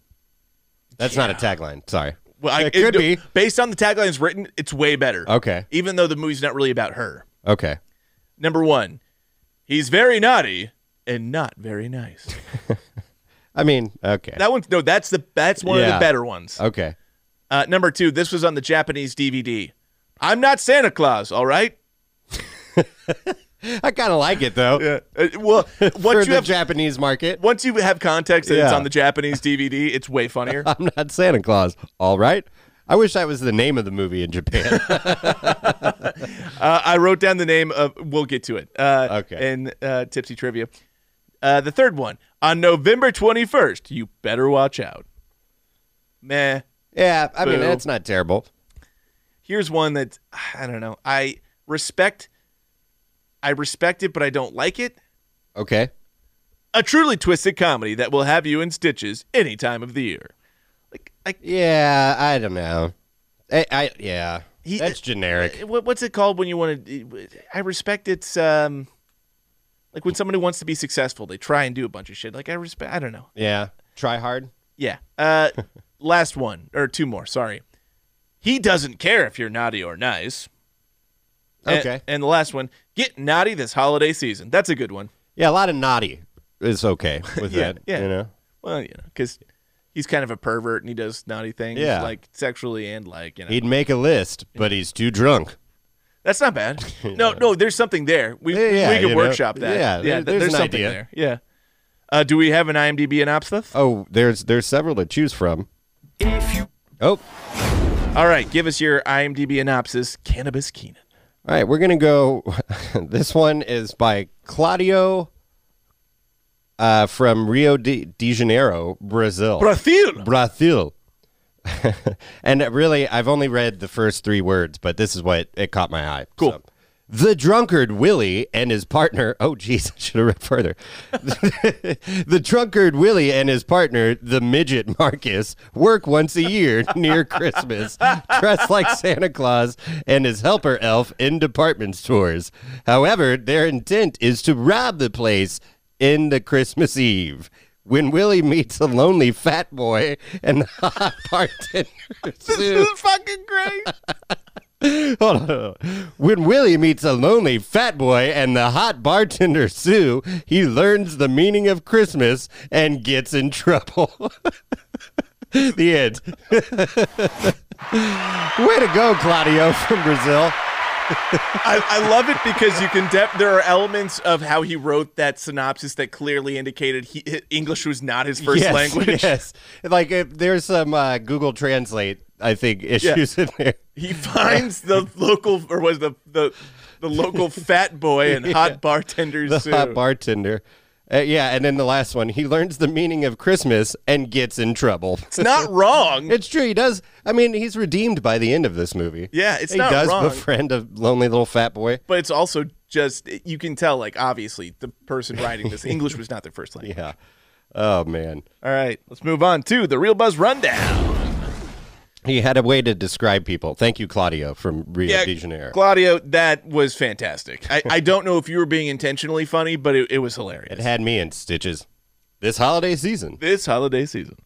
C: That's not a tagline. Sorry.
A: Well, I,
C: it could be.
A: Based on the taglines written, it's way better.
C: Okay.
A: Even though the movie's not really about her.
C: Okay.
A: Number one, he's very naughty and not very nice.
C: I mean, okay.
A: That one's no, that's the that's one of the
C: Yeah.
A: better ones.
C: Okay.
A: Uh, number two, this was on the Japanese DVD. I'm not Santa Claus, all right?
C: I kind of like it though.
A: Uh, well,
C: For
A: once you
C: the
A: have
C: Japanese market,
A: once you have context that it's
C: Yeah.
A: on the Japanese DVD, it's way funnier.
C: I'm not Santa Claus. All right. I wish that was the name of the movie in Japan.
A: Uh, I wrote down the name of. We'll get to it. Uh,
C: Okay.
A: In uh, tipsy trivia, uh, the third one on November twenty first. You better watch out. Meh.
C: yeah, I mean
A: Boo.
C: that's not terrible.
A: Here's one that I don't know. I respect. I respect it, but I don't like it.
C: Okay.
A: A truly twisted comedy that will have you in stitches any time of the year. Like, like
C: Yeah, I don't know. I, I yeah,
A: He-
C: that's generic.
A: Uh, What, what's it called when you want to? I respect it's um, like when somebody wants to be successful, they try and do a bunch of shit. Like I respect. I don't know.
C: yeah, try hard.
A: Yeah. Uh, last one or two more. Sorry. He doesn't care if you're naughty or nice. And-
C: Okay.
A: And, the last one, get naughty this holiday season. That's a good one.
C: Yeah, a lot of naughty is okay with
A: Yeah,
C: that.
A: yeah.
C: You know.
A: Well, you know, because he's kind of a pervert and he does naughty things,
C: Yeah.
A: like sexually and like you know.
C: He'd make a list, but he's too drunk.
A: That's not bad. No, no, there's something there. We
C: Yeah, yeah,
A: we
C: you
A: could
C: know.
A: workshop that.
C: Yeah, there-
A: th-
C: there's an
A: something
C: idea.
A: there. Yeah. Uh, do we have an IMDb synopsis?
C: Oh, there's there's several to choose from.
B: If you
C: Oh,
A: All right, give us your IMDb synopsis. Cannabis Keenan.
C: all right, we're gonna go. this one is by Claudio uh, from Rio de, de Janeiro, Brazil.
A: Brazil.
C: Brazil. and it really, I've only read the first three words, but this is what it caught my eye.
A: Cool.
C: The drunkard Willie and his partner. Oh, jeez, I should have read further. the drunkard Willie and his partner, the midget Marcus, work once a year near Christmas, dressed like Santa Claus and his helper elf in department stores. However, their intent is to rob the place in the Christmas Eve. When Willie meets a lonely fat boy and the hot bartender, Sue-
A: fucking great.
C: Hold on, hold on. When Willie meets a lonely fat boy and the hot bartender Sue, he learns the meaning of Christmas and gets in trouble. the end. Way to go, Claudio from Brazil.
A: I, I love it because you can. De- there are elements of how he wrote that synopsis that clearly indicated he, he- English was not his first
C: Yes,
A: language.
C: Yes. Like if there's some uh, Google Translate, I think, issues in there.
A: He finds the local, or was the the the local fat boy and hot bartenders.
C: The
A: Sue.
C: hot bartender. Uh, yeah, and then the last one, he learns the meaning of Christmas and gets in trouble.
A: it's not wrong.
C: It's true. He does. I mean, he's redeemed by the end of this movie.
A: Yeah, it's
C: he
A: not
C: does
A: wrong.
C: befriend a lonely little fat boy.
A: but it's also just you can tell like obviously the person writing this english was not their first language
C: Yeah. Oh man,
A: all right let's move on to the real buzz rundown
C: he had a way to describe people. Thank you, Claudio from Rio de Janeiro.
A: claudio that was fantastic I, I don't know if you were being intentionally funny but it, it was hilarious
C: it had me in stitches. This holiday season.
A: this holiday season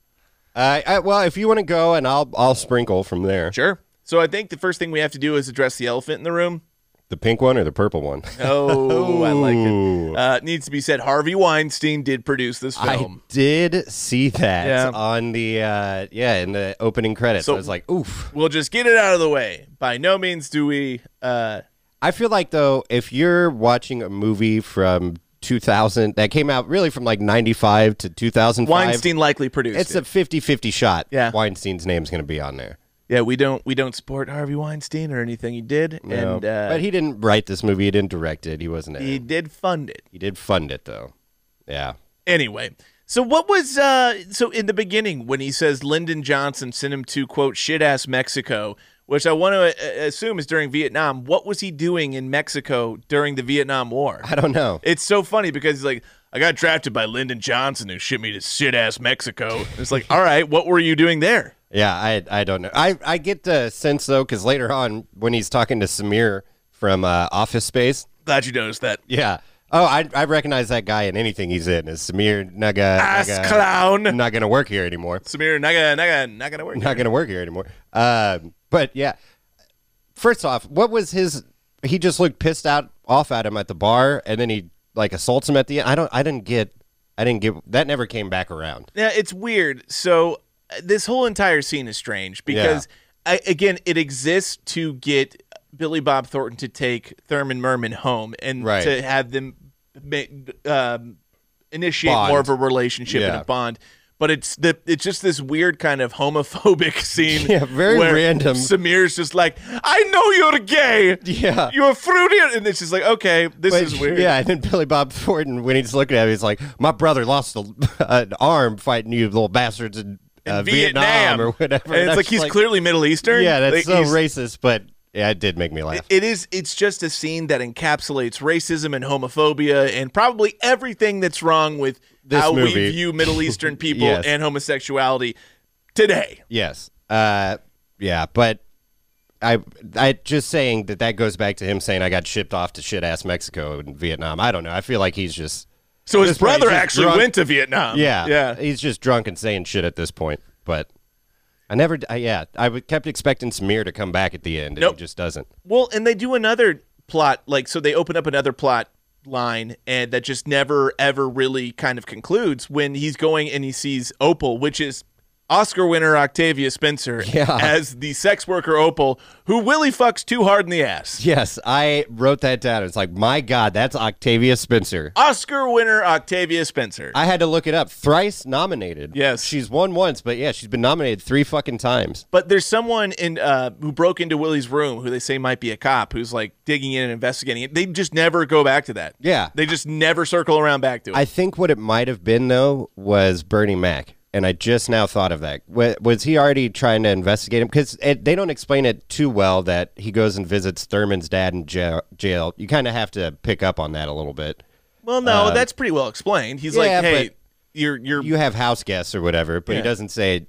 C: I I- well, if you want to go, and I'll I'll sprinkle from there.
A: sure so i think the first thing we have to do is address the elephant in the room
C: The pink one or the purple one?
A: oh i like
C: Ooh.
A: it uh, it needs to be said harvey weinstein did produce this
C: I
A: film
C: did see that
A: Yeah.
C: on the uh, yeah in the opening credits.
A: So-
C: I was like, oof.
A: we'll just get it out of the way by no means do we uh,
C: I feel like though, if you're watching a movie from 2000 that came out really from like 95 to 2005,
A: weinstein likely produced
C: it's
A: it.
C: a 50-50 shot.
A: Yeah.
C: Weinstein's name's going to be on there.
A: Yeah, we don't we don't support Harvey Weinstein or anything he did,
C: No.
A: and uh,
C: but he didn't write this movie. He didn't direct it. He wasn't. in
A: he
C: it.
A: did fund it
C: He did fund it though. Yeah.
A: anyway. So what was uh so in the beginning when he says Lyndon Johnson sent him to quote shit ass Mexico, which I want to uh, assume is during Vietnam. What was he doing in Mexico during the Vietnam War?
C: I don't know.
A: It's so funny because he's like, I got drafted by Lyndon Johnson who shipped me to shit ass Mexico. It's like, all right, what were you doing there?
C: Yeah, I I don't know. I I get the sense though cuz later on when he's talking to Samir from uh, Office Space,
A: Glad you noticed that.
C: yeah. Oh, I, I recognize that guy in anything he's in. Is Samir Naga?
A: Ass
C: Naga-
A: clown.
C: Not gonna work here anymore.
A: Samir, not gonna, not gonna, not gonna work.
C: not going to work here anymore. Um, but yeah, first off, what was his? He just looked pissed out off at him at the bar, and then he like assaults him at the end. I don't. I didn't get. I didn't get. That never came back around.
A: Yeah, it's weird. So uh, this whole entire scene is strange because, I, again, it exists to get Billy Bob Thornton to take Thurman Merman home and
C: Right.
A: to have them ma- um, initiate
C: Bond.
A: more of a relationship and
C: Yeah.
A: a bond. But it's the it's just this weird kind of homophobic scene.
C: Yeah, very
A: where
C: random.
A: Samir's just like, I know you're gay.
C: Yeah.
A: you're fruity, and it's just like, okay, this
C: But,
A: is weird.
C: Yeah, and then Billy Bob Thornton, when he's looking at him, he's like, "My brother lost a, an arm fighting you little bastards in,
A: In
C: uh, Vietnam. or whatever."
A: And
C: And
A: it's
C: I'm
A: like
C: just
A: he's clearly Middle Eastern.
C: yeah, that's
A: Like,
C: so
A: he's-
C: racist, but yeah, it did make me laugh.
A: It is. It's just a scene that encapsulates racism and homophobia and probably everything that's wrong with
C: This
A: how we
C: movie.
A: view Middle Eastern people
C: Yes.
A: and homosexuality today.
C: yes, uh, yeah, but I, I just saying that that goes back to him saying I got shipped off to shit ass Mexico and Vietnam. I don't know. I feel like he's just
A: So his
C: This part,
A: brother
C: he's just
A: actually
C: drunk.
A: went to Vietnam.
C: yeah,
A: yeah.
C: He's just drunk and saying shit at this point, but. I never, d I yeah, I w- kept expecting Smear to come back at the end, and
A: Nope.
C: he just doesn't.
A: Well, and they do another plot, like so they open up another plot line and that just never ever really kind of concludes when he's going and he sees Opal, which is Oscar winner Octavia Spencer
C: Yeah.
A: as the sex worker Opal, who Willie fucks too hard in the ass.
C: Yes, I wrote that down. It's like, my God, that's Octavia Spencer.
A: Oscar winner Octavia Spencer.
C: I had to look it up. Thrice nominated.
A: Yes.
C: She's won once, but yeah, she's been nominated three fucking times.
A: But there's someone in uh, who broke into Willie's room who they say might be a cop who's like digging in and investigating it. They just never go back to that.
C: Yeah.
A: They just never circle around back to it.
C: I think what it might have been, though, was Bernie Mac. And I just now thought of that. Wa- Was he already trying to investigate him? Because they don't explain it too well that he goes and visits Thurman's dad in jail. jail. You kind of have to pick up on that a little bit.
A: well, no, that's pretty well explained. He's like,
C: um, yeah,
A: hey,
C: but-
A: you're you're
C: you have house guests or whatever, but
A: Yeah.
C: he doesn't say.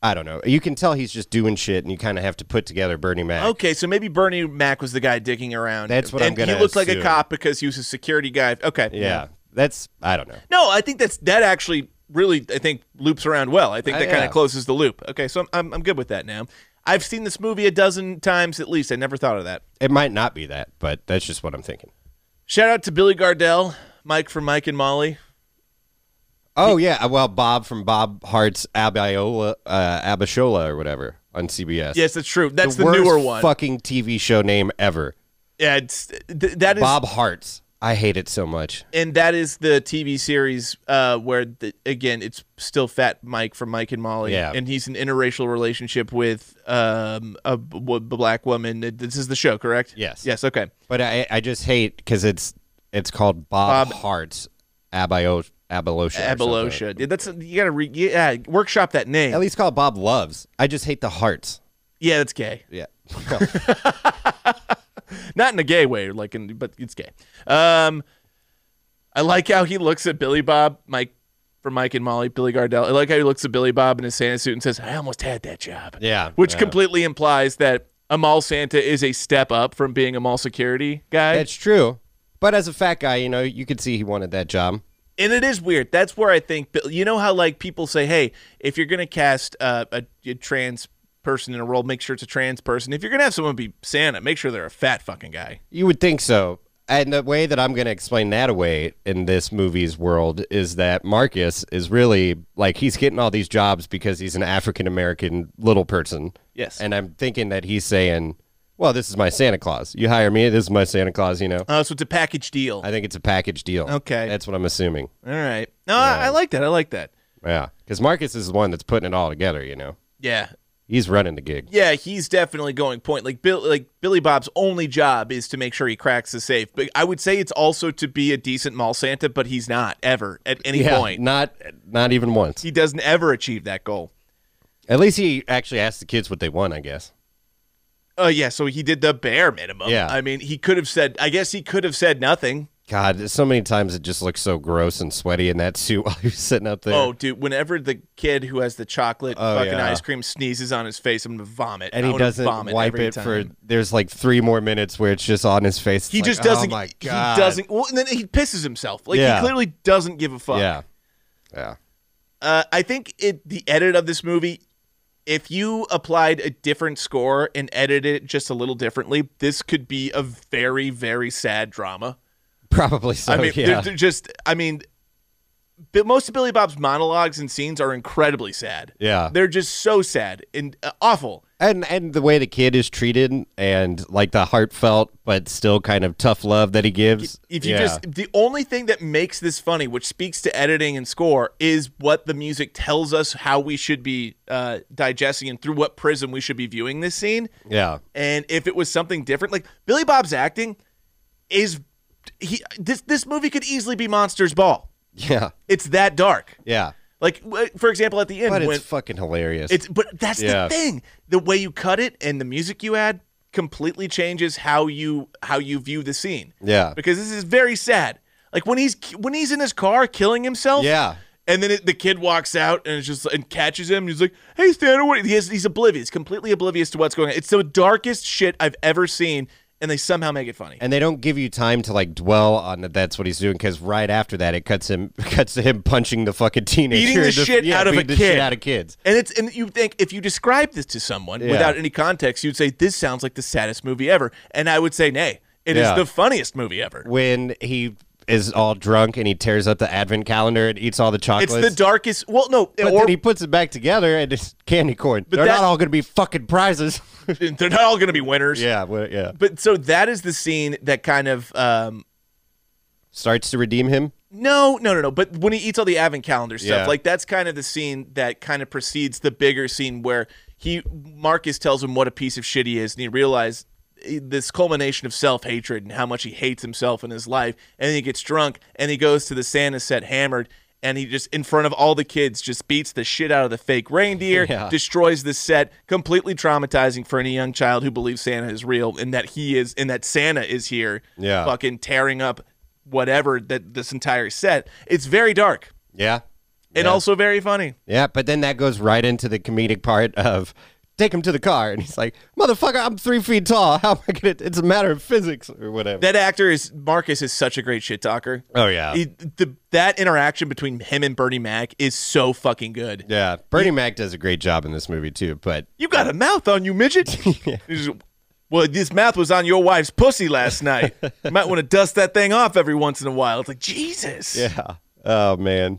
C: I don't know. You can tell he's just doing shit, and you kind of have to put together Bernie Mac.
A: okay. So maybe Bernie Mac was the guy digging around.
C: That's what
A: and
C: I'm gonna
A: He looked like a
C: assume.
A: cop because he was a security guy. Okay.
C: Yeah, that's I don't know.
A: No, I think that's that actually really I think loops around well. I think
C: Uh,
A: that kind
C: yeah.
A: of closes the loop. Okay, so I'm, I'm I'm good with that now. I've seen this movie a dozen times at least. I never thought of that.
C: It might not be that, but that's just what I'm thinking.
A: Shout out to Billy Gardell, Mike from Mike and Molly.
C: Oh yeah, well Bob from Bob Hart's Abiola, uh, Abishola or whatever on CBS.
A: Yes, that's true. That's the,
C: worst
A: newer one.
C: Fucking TV show name ever.
A: Yeah, it's th- that is
C: Bob Hart's. I hate it so much.
A: and that is the TV series uh, where the, again it's still Fat Mike from Mike and Molly,
C: Yeah.
A: and he's in an interracial relationship with um, a, b- w- b- black woman. This is the show, correct?
C: Yes.
A: Yes. Okay.
C: But I, I just hate because it's it's called Bob, Hart's Abio, Abilosha. or something.
A: Abilosha. Dude, that's you gotta re- yeah, workshop that name.
C: At least call it Bob Loves. I just hate the hearts.
A: yeah, that's gay.
C: Yeah.
A: Not in a gay way, like in but it's gay. Um, I like how he looks at Billy Bob, Mike from Mike and Molly, Billy Gardell. I like how he looks at Billy Bob in his Santa suit and says, "I almost had that job."
C: Yeah.
A: which
C: Yeah.
A: completely implies that a mall Santa is a step up from being a mall security guy.
C: That's true. But as a fat guy, you know, you could see he wanted that job.
A: and it is weird. That's where I think you know how like people say, "Hey, if you're gonna cast uh, a, a trans person in a role, make sure it's a trans person. If you're gonna have someone be Santa, make sure they're a fat fucking guy."
C: You would think so. And the way that I'm going to explain that away in this movie's world is that Marcus is really like he's getting all these jobs because he's an African American little person.
A: Yes.
C: And I'm thinking that he's saying, well, this is my Santa Claus. You hire me, this is my Santa Claus, you know.
A: Oh, so it's a package deal.
C: I think it's a package deal.
A: Okay.
C: That's what I'm assuming.
A: All right. No, I, I like that. I like that.
C: Yeah. Because Marcus is the one that's putting it all together, you know.
A: Yeah.
C: He's running the gig.
A: Yeah, he's definitely going point. Like Bill, like Billy Bob's only job is to make sure he cracks the safe. But I would say it's also to be a decent mall Santa, but he's not ever at any
C: Yeah,
A: point.
C: Not not even once.
A: He doesn't ever achieve that goal.
C: At least he actually asked the kids what they want, I guess.
A: Oh yeah, so he did the bare minimum.
C: Yeah.
A: I mean, he could have said. I guess he could have said nothing.
C: God, there's so many times it just looks so gross and sweaty in that suit while you're sitting up there.
A: Oh, dude! Whenever the kid who has the chocolate
C: Oh,
A: fucking
C: yeah.
A: ice cream sneezes on his face, I'm gonna vomit.
C: and
A: I
C: he
A: wanna
C: doesn't
A: vomit
C: wipe
A: every
C: it for.
A: time.
C: There's like three more minutes where it's just on his face. It's
A: He
C: like,
A: just doesn't.
C: Oh my
A: he
C: God.
A: doesn't. Well, and then he pisses himself. Like
C: Yeah.
A: he clearly doesn't give a fuck.
C: Yeah. Yeah.
A: Uh, I think it the edit of this movie. If you applied a different score and edited it just a little differently, this could be a very, very sad drama.
C: Probably so.
A: I mean,
C: yeah.
A: they're, they're just, I mean, but most of Billy Bob's monologues and scenes are incredibly sad.
C: Yeah.
A: They're just so sad and uh, awful.
C: and and the way the kid is treated and like the heartfelt but still kind of tough love that he gives.
A: If you
C: Yeah.
A: just the only thing that makes this funny, which speaks to editing and score, is what the music tells us how we should be uh, digesting and through what prism we should be viewing this scene.
C: yeah.
A: And if it was something different, like Billy Bob's acting is he this this movie could easily be Monsters Ball.
C: Yeah.
A: It's that dark.
C: Yeah.
A: Like w- for example, at the end
C: But
A: when
C: it's fucking hilarious.
A: it's but that's
C: Yeah.
A: the thing. The way you cut it and the music you add completely changes how you how you view the scene.
C: Yeah.
A: Because this is very sad. Like when he's when he's in his car killing himself.
C: Yeah.
A: And then it, the kid walks out and it's just and catches him. And he's like, "Hey, Stan, what?" He has, he's oblivious, completely oblivious to what's going on. It's the darkest shit I've ever seen, and they somehow make it funny.
C: and they don't give you time to like dwell on that that's what he's doing because right after that it cuts him cuts to him punching the fucking teenager
A: Beating the
C: and
A: shit
C: yeah,
A: out of a
C: beating the shit
A: kid.
C: out of kids
A: And it's and you think if you describe this to someone
C: Yeah.
A: without any context, you'd say this sounds like the saddest movie ever. And I would say, nay, it is
C: Yeah.
A: the funniest movie ever.
C: when he is all drunk and he tears up the advent calendar and eats all the
A: It's
C: chocolates
A: the darkest. Well, no,
C: but
A: or
C: then he puts it back together and it's candy corn they're
A: that-
C: not all gonna be fucking prizes
A: they're not all going to be winners.
C: yeah well, yeah
A: But so that is the scene that kind of um,
C: starts to redeem him
A: no, no, no, no. But when he eats all the advent calendar stuff,
C: Yeah.
A: like that's kind of the scene that kind of precedes the bigger scene where he Marcus tells him what a piece of shit he is, and he realizes eh, this culmination of self hatred and how much he hates himself and his life. And then he gets drunk and he goes to the Santa set hammered. And he just in front of all the kids just beats the shit out of the fake reindeer,
C: Yeah.
A: destroys the set, completely traumatizing for any young child who believes Santa is real and that he is and that Santa is here,
C: Yeah.
A: fucking tearing up whatever that this entire set. It's very dark
C: yeah
A: and
C: Yeah.
A: also very funny.
C: yeah but then that goes right into the comedic part of take him to the car and he's like motherfucker i'm three feet tall how am i gonna it's a matter of physics or whatever
A: That actor is Marcus is such a great shit talker.
C: oh yeah
A: He- the, that interaction between him and Bernie Mac is so fucking good.
C: Yeah, Bernie Mac does a great job in this movie too. But
A: You got a mouth on you, midget. He's just, well, this mouth was on your wife's pussy last night. You might want to dust that thing off every once in a while. It's like Jesus.
C: yeah, oh man,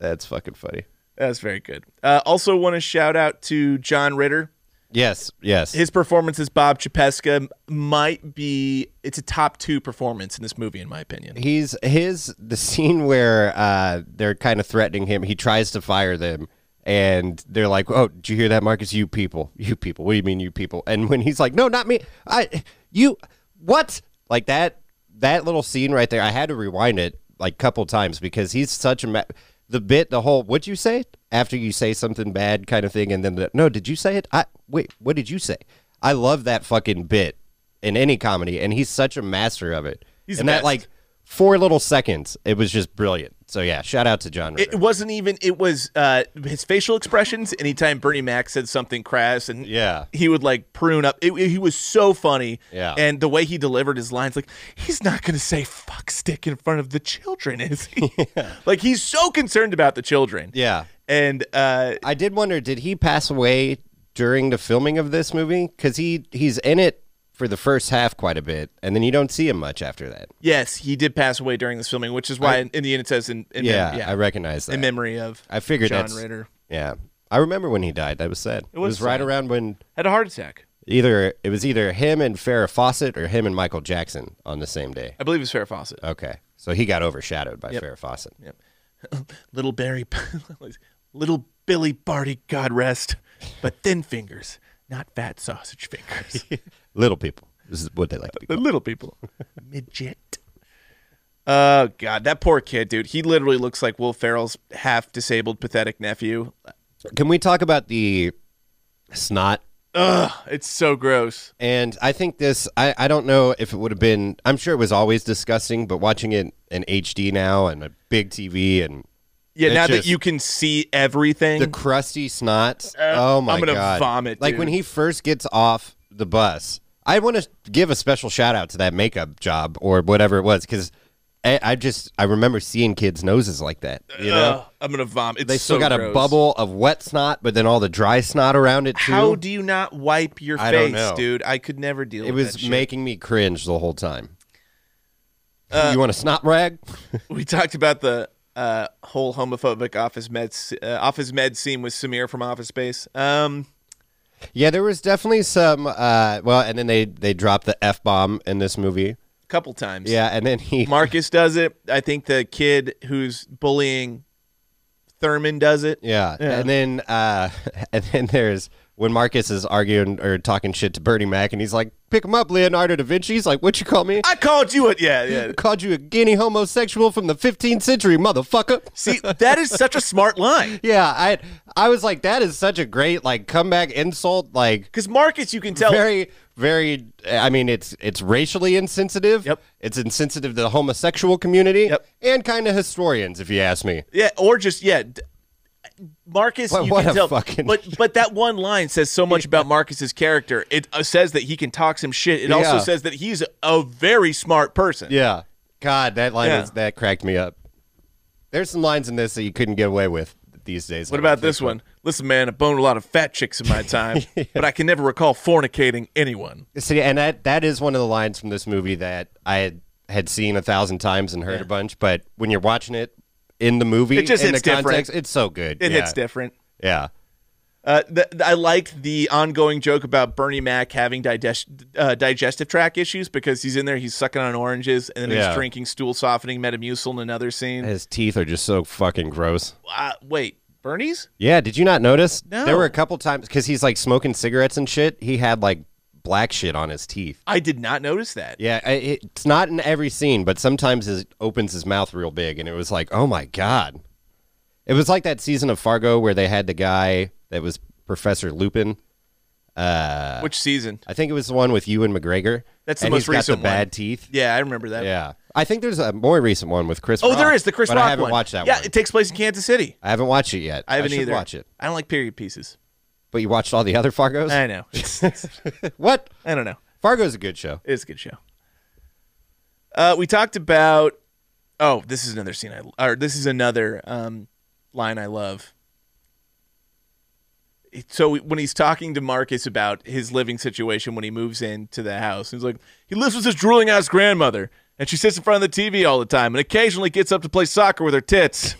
C: that's fucking funny.
A: That's very good. Uh, also, want to shout out to John Ritter.
C: Yes, yes,
A: His performance as Bob Chapeska might be it's a top two performance in this movie, in my opinion.
C: he's his the scene where uh, they're kind of threatening him. He tries to fire them, and they're like, "Oh, did you hear that, Marcus? You people, you people. What do you mean, you people?" And when he's like, "No, not me. I, you, what?" Like that that little scene right there. I had to rewind it like couple times because he's such a ma- the bit the whole what'd you say after you say something bad kind of thing and then the, no did you say it i wait what did you say i love that fucking bit in any comedy and he's such a master of it
A: He's
C: and
A: the
C: that
A: best.
C: like four little seconds. It was just brilliant. So yeah, shout out to John.
A: It
C: Ritter.
A: wasn't even. It was uh, his facial expressions. Anytime Bernie Mac said something crass, and
C: Yeah.
A: he would like prune up. It, he was so funny.
C: Yeah.
A: and the way he delivered his lines, like he's not gonna say "fuck stick" in front of the children, is he? Like he's so concerned about the children.
C: yeah,
A: and uh,
C: I did wonder, did he pass away during the filming of this movie? Because he he's in it for the first half quite a bit, and then you don't see him much after that.
A: yes, he did pass away during this filming, which is why in, in the end it says in, in mem-
C: Yeah, I recognize that.
A: in memory of
C: I figured
A: John
C: that's-
A: Ritter
C: yeah, I remember when he died. That was sad. It was,
A: was
C: right
A: sad.
C: around when
A: had a heart attack.
C: either it was either him and Farrah Fawcett or him and Michael Jackson on the same day.
A: I believe it's Farrah Fawcett.
C: Okay, so he got overshadowed by Farrah Fawcett.
A: little Barry, little Billy Barty, God rest, but thin fingers, not fat sausage fingers.
C: Little people, this is what they like to be
A: the
C: called.
A: little people, midget. Oh God, that poor kid, dude. He literally looks like Will Ferrell's half-disabled, pathetic nephew.
C: Can we talk about the snot?
A: Ugh, it's so gross.
C: And I think this, I, I don't know if it would have been, I'm sure it was always disgusting, but watching it in HD now and a big TV and
A: Yeah,
C: It
A: now
C: just-
A: that you can see everything,
C: the crusty snot. oh
A: Mm-hmm.
C: my
A: Uh, I'm gonna
C: God.
A: vomit,
C: Like
A: dude.
C: when he first gets off the bus, I want to give a special shout out to that makeup job or whatever it was because I, I just, I remember seeing kids' noses like that, you know?
A: Ugh, I'm gonna vomit. It's
C: they still
A: so
C: got a
A: gross.
C: bubble of wet snot, but then all the dry snot around it too.
A: How do you not wipe your
C: I don't
A: face,
C: know.
A: dude? I could never deal.
C: It
A: with
C: was
A: that shit.
C: making me cringe the whole time. you want a snot rag?
A: we talked about the uh, whole homophobic office med uh, office med scene with Samir from Office Space. Um,
C: Yeah, there was definitely some. Uh, well, and then they they dropped the f bomb in this movie.
A: a couple times.
C: Yeah, and then he
A: Marcus does it. I think the kid who's bullying Thurman does it.
C: Yeah. And then uh and then there's when Marcus is arguing or talking shit to Bernie Mac and he's like, Pick him up, Leonardo da Vinci. He's like, What you call me?
A: I called you a yeah, yeah.
C: I called you a guinea homosexual from the fifteenth century, motherfucker.
A: See, that is such a smart line.
C: Yeah, I I was like, that is such a great like comeback insult, like
A: Because Marcus, you can tell
C: very very I mean it's it's racially insensitive.
A: Yep.
C: It's insensitive to the homosexual community
A: Yep.
C: and kind of historians if you ask me.
A: Yeah, or just yeah. d- Marcus,
C: What-
A: you
C: what
A: can
C: a
A: tell,
C: fucking-
A: but but that one line says so much about Marcus's character. It uh, says that he can talk some shit. It also
C: Yeah.
A: says that he's a very smart person.
C: Yeah. God, that line
A: Yeah.
C: was, that cracked me up. There's some lines in this that you couldn't get away with these days.
A: What about this one? Listen, man, I boned a lot of fat chicks in my time, but I can never recall fornicating anyone.
C: See, and that that is one of the lines from this movie that I had, had seen a thousand times and heard a bunch, but when you're watching it in the movie,
A: It just
C: in
A: hits
C: the
A: different.
C: context, it's so good.
A: It
C: yeah.
A: hits different.
C: Yeah.
A: Uh, th- th- I like the ongoing joke about Bernie Mac having digest- uh, digestive tract issues because he's in there, he's sucking on oranges, and then
C: Yeah.
A: he's drinking stool softening Metamucil in another scene.
C: His teeth are just so fucking gross.
A: uh, wait, Bernie's?
C: Yeah, did you not notice?
A: No.
C: There were a couple times because he's like smoking cigarettes and shit. He had like black shit on his teeth.
A: I did not notice that.
C: Yeah, I- it, it's not in every scene, but sometimes it opens his mouth real big, and it was like, oh my god. It was like that season of Fargo where they had the guy that was Professor Lupin.
A: Which season?
C: I think it was the one with you and McGregor.
A: That's the
C: and
A: most
C: he's
A: recent
C: got the
A: one.
C: bad teeth.
A: Yeah, I remember that.
C: Yeah, I think there's a more recent one with Chris.
A: Oh,
C: Rock,
A: there is the Chris
C: but
A: Rock
C: I haven't
A: one.
C: watched that
A: yeah,
C: one.
A: it takes place in Kansas City.
C: I haven't watched it yet.
A: I haven't
C: should
A: either.
C: Watch it.
A: I don't like period pieces.
C: But you watched all the other Fargos.
A: I know. It's- it's-
C: what?
A: I don't know.
C: Fargo's a good show.
A: It's a good show. Uh, we talked about. Oh, this is another scene. I or this is another um, line I love. It- So when he's talking to Marcus about his living situation when he moves into the house, he's like, he lives with his drooling ass grandmother, and she sits in front of the TV all the time, and occasionally gets up to play soccer with her tits.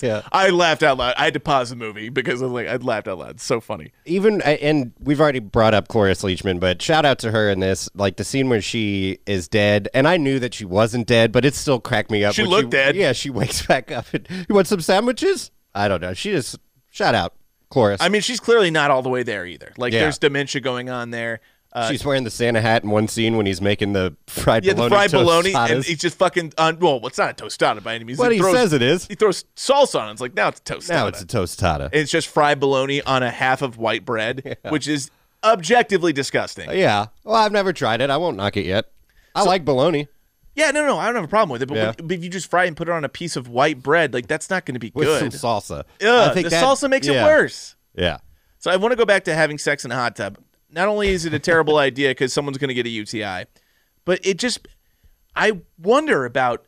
C: yeah.
A: I laughed out loud. I had to pause the movie because I was like, I laughed out loud. It's so funny.
C: even and we've already brought up Cloris Leachman, but shout out to her in this, like the scene where she is dead, and I knew that she wasn't dead, but it still cracked me up.
A: She
C: when
A: looked dead.
C: Yeah, she wakes back up. And, you want some sandwiches? I don't know. She just shout out Cloris.
A: I mean, she's clearly not all the way there either. Like,
C: Yeah.
A: there's dementia going on there. Uh,
C: She's wearing the Santa hat in one scene when he's making the fried
A: Yeah, the
C: bologna
A: fried bologna, and
C: tostadas.
A: he's just fucking. On, well, it's not a tostada by any means.
C: But he says it is.
A: He throws salsa on. it. It's like now it's a tostada.
C: now it's a tostada.
A: it's just fried bologna on a half of white bread, which is objectively disgusting.
C: Uh, yeah. Well, I've never tried it. I won't knock it yet. I like bologna
A: Yeah, no, no, I don't have a problem with it. But,
C: Yeah.
A: when- but if you just fry and put it on a piece of white bread, like that's not going to be
C: with
A: good.
C: some salsa.
A: Ugh,
C: I think
A: the
C: that-
A: salsa makes
C: yeah,
A: it worse.
C: Yeah.
A: So I want to go back to having sex in a hot tub. Not only is it a terrible idea because someone's going to get a UTI, but it just, I wonder about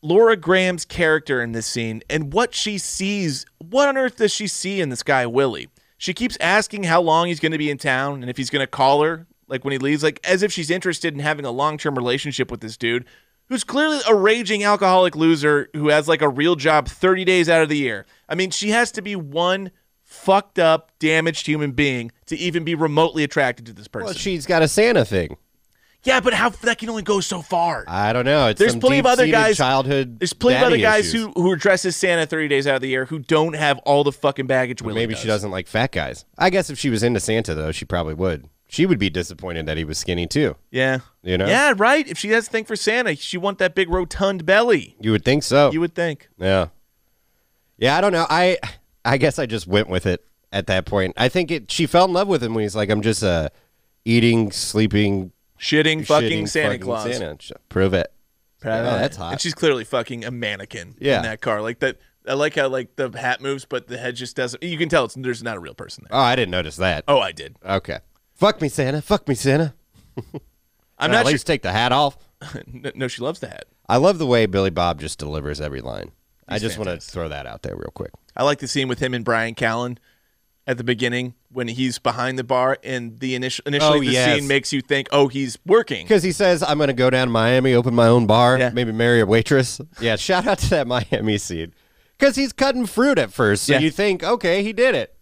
A: Laura Graham's character in this scene and what she sees. What on earth does she see in this guy, Willie? She keeps asking how long he's going to be in town and if he's going to call her, like when he leaves, like as if she's interested in having a long term relationship with this dude who's clearly a raging alcoholic loser who has like a real job 30 days out of the year. I mean, she has to be one fucked up, damaged human being to even be remotely attracted to this person.
C: Well, she's got a Santa thing.
A: yeah, but how that can only go so far.
C: I don't know. It's
A: There's
C: some
A: plenty of other
C: deep-seated
A: guys.
C: Childhood.
A: There's plenty of other
C: daddy
A: guys
C: issues.
A: who who are dressed as Santa 30 days out of the year who don't have all the fucking baggage. Willie
C: Maybe she doesn't like fat guys. I guess if she was into Santa though, she probably would. She would be disappointed that he was skinny too.
A: Yeah.
C: You know?
A: Yeah, right. If she has a thing for Santa, she want that big rotund belly.
C: You would think so.
A: You would think.
C: yeah. Yeah, I don't know. I I guess I just went with it at that point. I think it she fell in love with him when he's like, I'm just uh eating, sleeping,
A: Shitting fucking
C: shitting,
A: Santa
C: fucking
A: Claus.
C: Santa. Sh- Prove it.
A: Proud of
C: Oh,
A: that.
C: that's hot.
A: And she's clearly fucking a mannequin
C: Yeah.
A: in that car. Like that I like how like the hat moves, but the head just doesn't you can tell it's there's not a real person there.
C: Oh, I didn't notice that.
A: Oh, I did.
C: Okay. Fuck me, Santa. Fuck me, Santa.
A: I'm
C: at
A: not
C: least take the hat off.
A: sure. N- no, she loves the hat.
C: I love the way Billy Bob just delivers every line. I just want to
A: fantastic.
C: throw that out there real quick.
A: I like the scene with him and Brian Callen at the beginning when he's behind the bar and the initial initially
C: Oh,
A: the
C: yes.
A: scene makes you think, oh, he's working.
C: Because he says, I'm going to go down to Miami, open my own bar,
A: Yeah.
C: maybe marry a waitress. Yeah, shout out to that Miami scene. Because he's cutting fruit at first. So
A: Yeah.
C: you think, okay, he did it.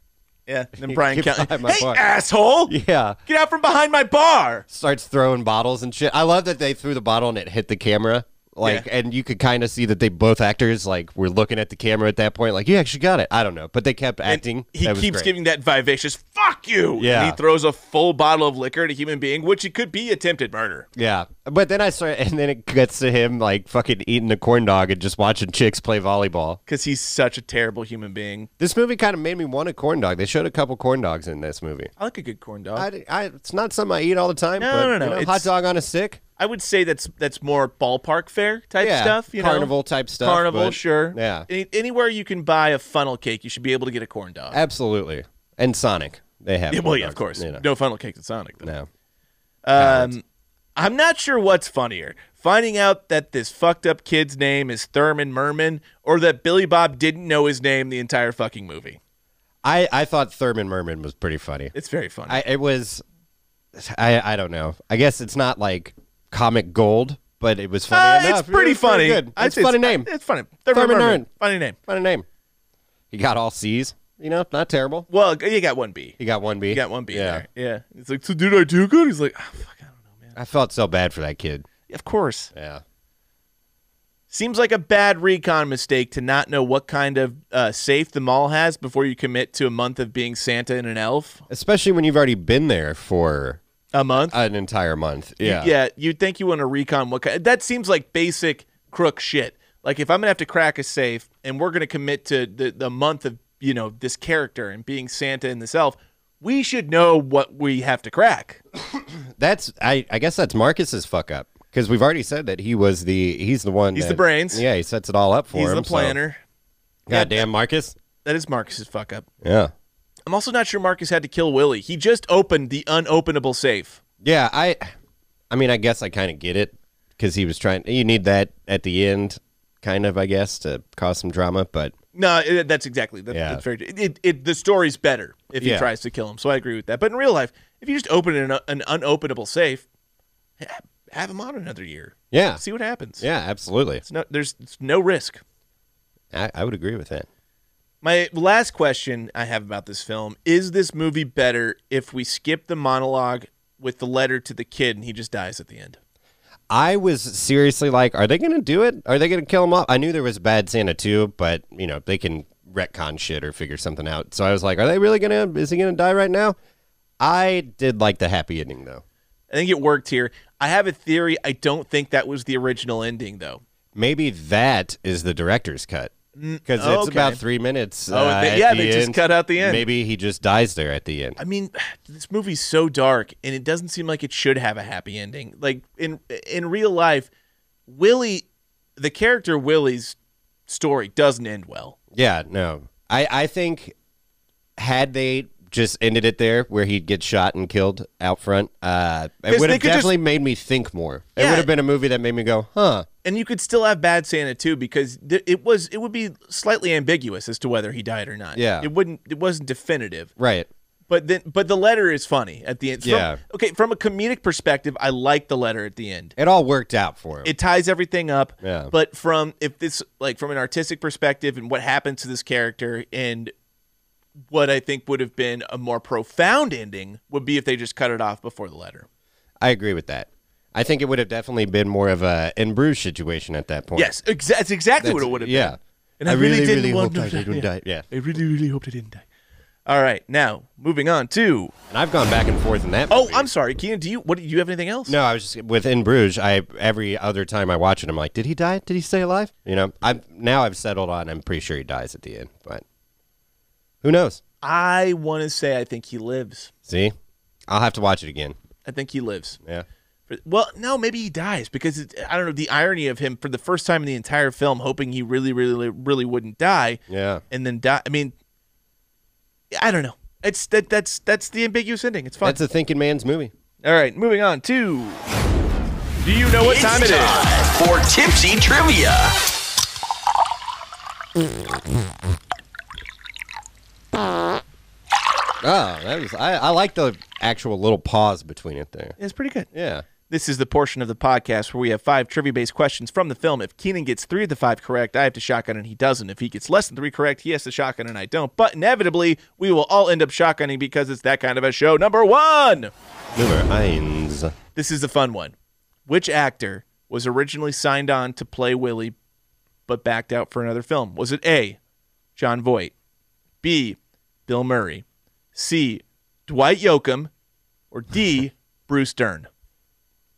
A: Yeah. And then Brian
C: Get
A: Kelly.
C: behind my
A: Hey,
C: bar."
A: asshole!
C: Yeah.
A: Get out from behind my bar.
C: Starts throwing bottles and shit. I love that they threw the bottle and it hit the camera. Like,
A: Yeah.
C: and you could kind of see that they both actors like were looking at the camera at that point. Like, you actually got it. I don't know, but they kept
A: And
C: acting.
A: he
C: That was
A: keeps
C: great.
A: giving that vivacious "fuck you."
C: Yeah.
A: And he throws a full bottle of liquor at a human being, which it could be attempted murder.
C: Yeah, but then I start, and then it gets to him like fucking eating a corn dog and just watching chicks play volleyball.
A: Because he's such a terrible human being.
C: This movie kind of made me want a corn dog. They showed a couple corn dogs in this movie.
A: I like a good corn dog. I,
C: I, I- it's not something I eat all the time.
A: Oh. No,
C: but,
A: no,
C: you
A: no,
C: know,
A: it's-
C: hot dog on a stick.
A: would say that's that's more ballpark fair type
C: Yeah,
A: stuff. You know?
C: carnival type stuff,
A: Carnival,
C: but-
A: sure.
C: yeah.
A: Any- anywhere you can buy a funnel cake, you should be able to get a corn dog.
C: Absolutely, and Sonic. They have.
A: Yeah, well,
C: corn
A: yeah, of
C: dogs,
A: course.
C: you know.
A: No funnel cake at Sonic, though.
C: no.
A: Um, I'm not sure what's funnier finding out that this fucked up kid's name is Thurman Merman or that Billy Bob didn't know his name the entire fucking movie.
C: I I thought Thurman Merman was pretty funny.
A: It's very funny. Uh,
C: I it was. I I don't know. I guess it's not like comic gold, but it was
A: Uh,
C: funny enough.
A: it's pretty
C: It was
A: funny.
C: good.
A: I'd
C: It's
A: say
C: a funny name.
A: It's funny. Thurman,
C: Thurman
A: Merman.
C: Merman.
A: Funny name.
C: Funny name. He got all C's. You know, not terrible.
A: Well, you got one B.
C: He got one B.
A: You got one B
C: Yeah.
A: there. Yeah. It's like, so did I do good? He's like, oh, fuck, I don't know, man.
C: I felt so bad for that kid.
A: Of course.
C: Yeah.
A: Seems like a bad recon mistake to not know what kind of uh, safe the mall has before you commit to a month of being Santa and an elf.
C: Especially when you've already been there for
A: A month.
C: an entire month.
A: You-
C: Uh, Yeah.
A: yeah, you'd think you want to recon what kind. That seems like basic crook shit. Like if I'm gonna have to crack a safe, and we're gonna commit to the the month of you know this character and being Santa and this elf, we should know what we have to crack.
C: That's I, I guess that's Marcus's fuck up. Because we've already said that he was the he's the one
A: He's the
C: that-
A: brains.
C: Yeah, he sets it all up for
A: He's
C: him.
A: the
C: so-
A: planner.
C: Goddamn Marcus.
A: That is Marcus's fuck up.
C: Yeah.
A: I'm also not sure Marcus had to kill Willie. He just opened the unopenable safe.
C: Yeah, I I mean I guess I kinda get it. Because he was trying you need that at the end, kind of, I guess, to cause some drama, but
A: No, it, that's exactly that,
C: Yeah.
A: that's very. It, it, it the story's better if he
C: Yeah.
A: tries to kill him. So I agree with that. But in real life, if you just open an, an unopenable safe, ha- have him on another year.
C: yeah.
A: See what happens.
C: Yeah, absolutely.
A: It's no, there's it's no risk.
C: I, I would agree with that.
A: My last question I have about this film is: This movie better if we skip the monologue with the letter to the kid and he just dies at the end?
C: I was seriously like, are they going to do it? Are they going to kill him off? I knew there was a bad Santa too, but you know they can retcon shit or figure something out. So I was like, are they really going to? Is he going to die right now? I did like the happy ending though.
A: I think it worked here. I have a theory. I don't think that was the original ending though.
C: Maybe that is the director's cut because it's
A: oh, okay.
C: about three minutes.
A: Oh,
C: uh,
A: they-
C: at
A: yeah,
C: the
A: they just
C: end.
A: cut out the end.
C: Maybe he just dies there at the end.
A: I mean, this movie's so dark, and it doesn't seem like it should have a happy ending. Like in in real life, Willie, the character Willie's story doesn't end well.
C: Yeah, no. I, I think had they just ended it there where he'd get shot and killed out front, uh, it
A: 'Cause
C: would
A: they
C: have
A: could just-
C: definitely made me think more. It
A: Yeah.
C: would have been a movie that made me go, huh.
A: And you could still have Bad Santa too, because th- it was it would be slightly ambiguous as to whether he died or not.
C: Yeah.
A: it wouldn't it wasn't definitive.
C: Right.
A: But then but the letter is funny at the end. From-
C: Yeah.
A: okay, from a comedic perspective, I like the letter at the end.
C: It all worked out for him.
A: it ties everything up.
C: Yeah.
A: But from if this like from an artistic perspective and what happened to this character and what I think would have been a more profound ending would be if they just cut it off before the letter.
C: I agree with that. I think it would have definitely been more of a in Bruges situation at that point.
A: Yes, exa- that's exactly
C: That's-
A: what it would have
C: yeah.
A: been. And
C: I
A: I, really,
C: really,
A: didn't
C: really
A: want
C: hoped
A: to
C: I didn't
A: yeah.
C: die. Yeah.
A: I really, really hoped I didn't die. All right, now moving on to.
C: And I've gone back and forth in that.
A: Oh,
C: movie.
A: I'm sorry, Keenan. Do you what? Do you have anything else?
C: No, I was just with In Bruges. I every other time I watch it, I'm like, did he die? Did he stay alive? You know, I now I've settled on. I'm pretty sure he dies at the end, but who knows?
A: I want to say I think he lives.
C: See, I'll have to watch it again.
A: I think he lives.
C: Yeah,
A: For- Well, no, maybe he dies because it, I don't know the irony of him for the first time in the entire film, hoping he really, really, really wouldn't die,
C: yeah.
A: and then die. I mean, I don't know. It's that that's that's the ambiguous ending. It's fun.
C: That's a thinking man's movie.
A: All right, moving on to. Do you know what time it is?
E: for Tipsy Trivia.
C: Oh, that was I. I like the actual little pause between it there.
A: It's pretty good.
C: Yeah,
A: This is the portion of the podcast where we have five trivia based questions from the film. If Keenan gets three of the five correct, I have to shotgun and he doesn't. If he gets less than three correct, he has to shotgun and I don't. But inevitably, we will all end up shotgunning because it's that kind of a show. Number one.
C: Number eins.
A: This is a fun one. Which actor was originally signed on to play Willie but backed out for another film? Was it A, John Voight, B, Bill Murray, C, Dwight Yoakam, or D, Bruce Dern?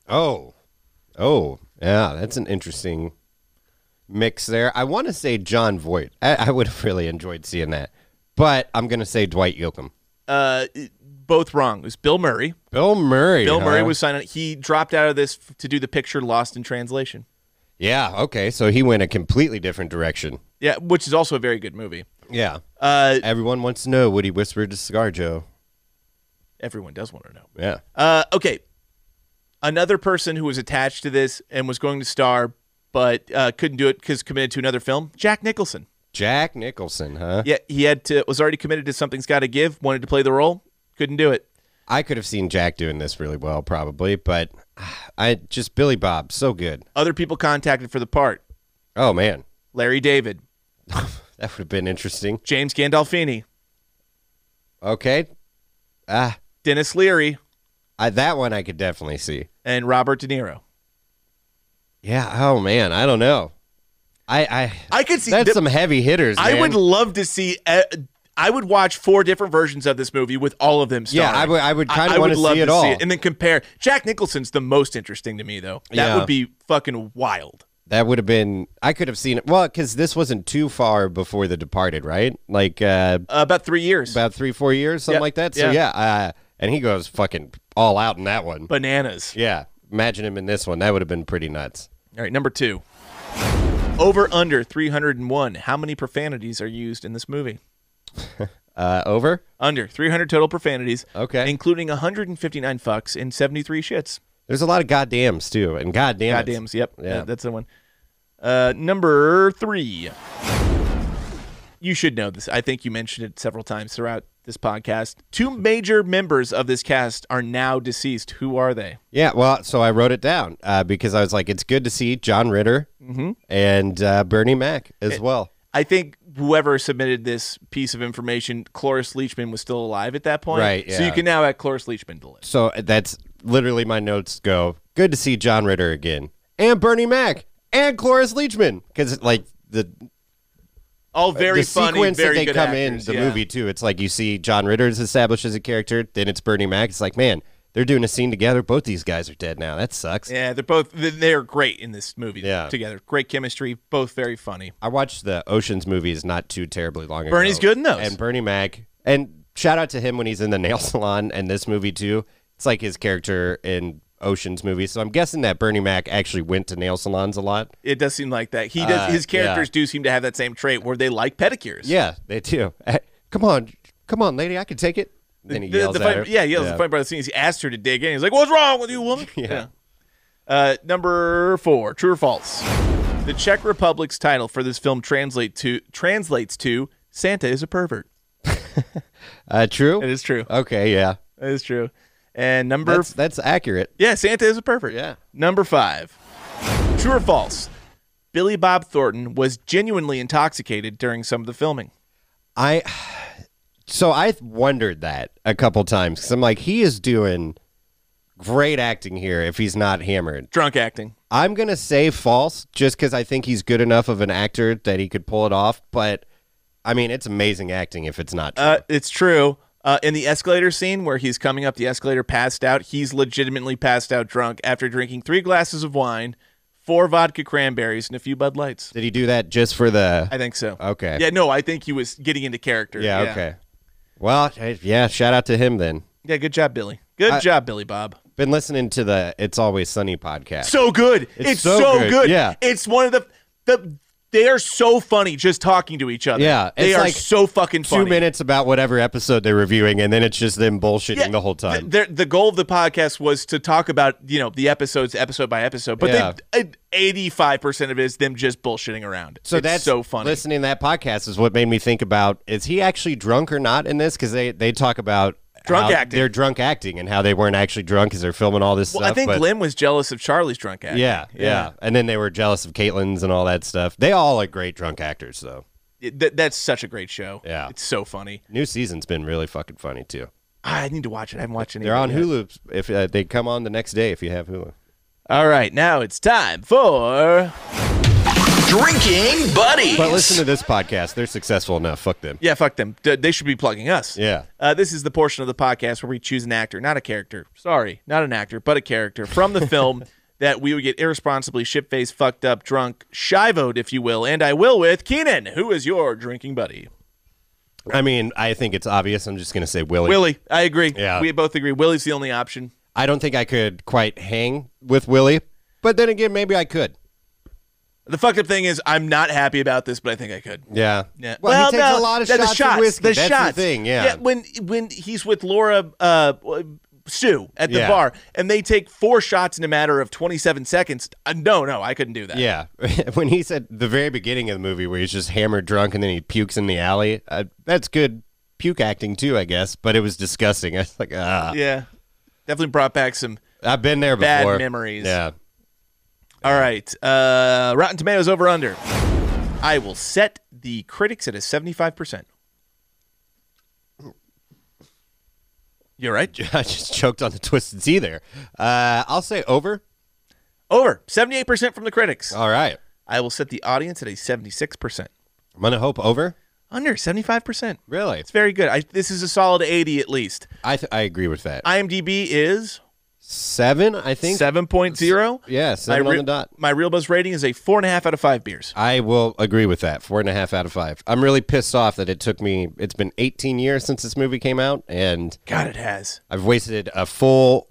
C: Oh, oh, yeah. That's an interesting mix there. I want to say John Voight. I, I would have really enjoyed seeing that, but I'm gonna say Dwight Yoakam.
A: Uh, it- both wrong. It was Bill Murray.
C: Bill Murray.
A: Bill Murray
C: huh?
A: was signed on. He dropped out of this f- to do the picture Lost in Translation.
C: Yeah. Okay. So he went a completely different direction.
A: Yeah, which is also a very good movie.
C: Yeah.
A: Uh,
C: Everyone wants to know what he whispered to Cigar Joe.
A: everyone does want to know.
C: Yeah.
A: Uh, okay. Another person who was attached to this and was going to star, but uh, couldn't do it because committed to another film. Jack Nicholson.
C: Jack Nicholson, huh?
A: Yeah, he had to was already committed to something's got to give. Wanted to play the role, couldn't do it.
C: I could have seen Jack doing this really well, probably, but I just Billy Bob, so good.
A: Other people contacted for the part:
C: Oh man,
A: Larry David,
C: that would have been interesting.
A: James Gandolfini,
C: Okay, ah,
A: Dennis Leary,
C: I, that one I could definitely see.
A: and Robert De Niro.
C: Yeah. Oh man, I don't know. I I
A: I could see
C: that's
A: that-
C: some heavy hitters.
A: I
C: man.
A: would love to see. Uh, I would watch four different versions of this movie with all of them.
C: Yeah,
A: Starring.
C: I would- I would kinda
A: I
C: wanna
A: would love
C: see it
A: to
C: all.
A: and then compare. Jack Nicholson's the most interesting to me, though. That
C: Yeah.
A: would be fucking wild.
C: That would have been. I could have seen it. Well, because this wasn't too far before The Departed, right? Like uh,
A: Uh, about three years.
C: about three, four years, something
A: Yeah,
C: like that. So
A: yeah.
C: yeah. uh, and he goes fucking all out in that one.
A: Bananas.
C: yeah, imagine him in this one. That would have been pretty nuts.
A: All right, number two. Over under 301. How many profanities are used in this movie?
C: Uh, over.
A: Under 300 total profanities.
C: Okay.
A: Including 159 fucks and 73 shits.
C: There's a lot of goddams too, and goddamn,
A: Goddams. Yep.
C: Yeah.
A: Yeah. That's the one. Uh, number three. You should know this. I think you mentioned it several times throughout this podcast. Two major members of this cast are now deceased. Who are they?
C: Yeah, well, so I wrote it down uh, because I was like, it's good to see John Ritter
A: Mm-hmm.
C: and uh, Bernie Mac
A: Eh,
C: as well.
A: I think whoever submitted this piece of information, Cloris Leachman was still alive at that point.
C: Right,
A: So you
C: yeah.
A: can now add Cloris Leachman to the list.
C: So uh, that's literally my notes go. Good to see John Ritter again, and Bernie Mac, and Cloris Leachman, because like the
A: All very
C: Uh, the
A: funny,
C: sequence
A: very
C: that they
A: good
C: come
A: actors,
C: in the
A: yeah.
C: movie too. It's like you see John Ritter is established as a character, then it's Bernie Mac. It's like, man, they're doing a scene together. Both these guys are dead now. That sucks.
A: Yeah, they're both th- they're great in this movie
C: Yeah.
A: together. Great chemistry, both very funny.
C: I watched the Ocean's movies not too terribly long ago.
A: Bernie's good in those.
C: And Bernie Mac. And shout out to him when he's in the nail salon and this movie too. It's like his character in Ocean's movies. So I'm guessing that Bernie Mac actually went to nail salons a lot.
A: It does seem like that. He does.
C: Uh,
A: his characters do seem to have that same trait where they like pedicures.
C: Yeah, they do. Eh, Come on, come on, lady, I can take it. And then he
A: The-
C: yells
A: the
C: at
A: fight-
C: her.
A: yeah, he yells. at The fight brother scenes. He asked her to dig in. He's like, "What's wrong with you, woman?"
C: Yeah.
A: Uh, number four: True or false? The Czech Republic's title for this film translate to translates to "Santa is a pervert."
C: Uh, true.
A: It is true.
C: Okay, yeah,
A: It is true. And number
C: that's that's accurate.
A: Yeah, Santa is a pervert.
C: Yeah.
A: Number five. True or false? Billy Bob Thornton was genuinely intoxicated during some of the filming.
C: I so I wondered that a couple times because I'm like, he is doing great acting here if he's not hammered.
A: Drunk acting.
C: I'm gonna say false, just because I think he's good enough of an actor that he could pull it off. But I mean, it's amazing acting if it's not true.
A: Uh, it's true. Uh, in the escalator scene where he's coming up the escalator passed out, he's legitimately passed out drunk after drinking three glasses of wine, four vodka cranberries, and a few Bud Lights.
C: Did he do that just for the?
A: I think so.
C: Okay.
A: Yeah, no, I think he was getting into character.
C: yeah, Okay. Well, hey, yeah. Shout out to him then.
A: Yeah, good job, Billy. Good job, Billy Bob.
C: Been listening to the "It's Always Sunny" podcast.
A: so good. It's, so, good.
C: Yeah.
A: It's one of the the they are so funny just talking to each other.
C: Yeah,
A: They
C: it's
A: are
C: like
A: so fucking
C: two
A: funny.
C: minutes about whatever episode they're reviewing, and then it's just them bullshitting
A: Yeah,
C: the whole time.
A: The, the- the goal of the podcast was to talk about, you know, the episodes episode by episode, but
C: Yeah.
A: they, eighty five percent of it is them just bullshitting around.
C: so
A: It's
C: that's
A: so funny.
C: Listening to that podcast is what made me think about: is he actually drunk or not in this? Because they they talk about
A: Drunk
C: how
A: acting.
C: They're drunk acting and how they weren't actually drunk because they're filming all this
A: Well,
C: stuff.
A: I think
C: but-
A: Lynn was jealous of Charlie's drunk acting.
C: Yeah, yeah, And then they were jealous of Caitlin's and all that stuff. They all are great drunk actors, though.
A: It- that- that's such a great show.
C: Yeah.
A: It's so funny. Ah,
C: New season's been really fucking funny too.
A: I need to watch it. I haven't watched any.
C: They're
A: of it
C: on
A: yet.
C: Hulu. If uh, they come on the next day, if you have Hulu.
A: All right, now it's time for
E: Drinking buddies.
C: But listen to this podcast. They're successful enough. Fuck them.
A: yeah. Fuck them. D- they should be plugging us.
C: Yeah.
A: Uh, this is the portion of the podcast where we choose an actor, not a character. Sorry, not an actor, but a character from the film that we would get irresponsibly shit faced, fucked up, drunk, shivoed, if you will. And I will with Keenan, who is your drinking buddy.
C: I mean, I think it's obvious. I'm just gonna say Willie.
A: Willie, I agree.
C: Yeah.
A: We both agree. Willie's the only option.
C: I don't think I could quite hang with Willie, but then again, maybe I could.
A: The fucked up thing is, I'm not happy about this, but I think I could.
C: Yeah.
A: Yeah.
C: Well, he takes a lot of
A: the- the
C: shots, of whiskey.
A: The
C: That's
A: shots.
C: the thing.
A: yeah.
C: Yeah.
A: When when he's with Laura uh, Sue at the
C: Yeah.
A: bar, and they take four shots in a matter of 27 seconds. Uh, no, no, I couldn't do that.
C: Yeah. when he said the very beginning of the movie where he's just hammered drunk and then he pukes in the alley, uh, that's good puke acting too, I guess, but it was disgusting. I was like, ah.
A: Yeah. Definitely brought back some.
C: I've been there
A: Bad
C: before.
A: memories.
C: Yeah.
A: All right. Uh, Rotten Tomatoes over under. I will set the critics at a 75%. You're right.
C: I just choked on the twisted tea there. Uh, I'll say over.
A: Over 78% from the critics.
C: All right.
A: I will set the audience at a 76%.
C: I'm going to hope over.
A: Under 75%.
C: Really?
A: It's very good. I, this is a solid 80 at least.
C: I, th- I agree with that.
A: IMDb is
C: Seven, I think.
A: 7.0.
C: Yeah, seven
A: my
C: on
A: re-
C: the dot.
A: My Real Buzz rating is a 4.5 out of 5 beers.
C: I will agree with that. Four and a half out of five. I'm really pissed off that it took me, it's been 18 years since this movie came out, and
A: God, it has.
C: I've wasted a full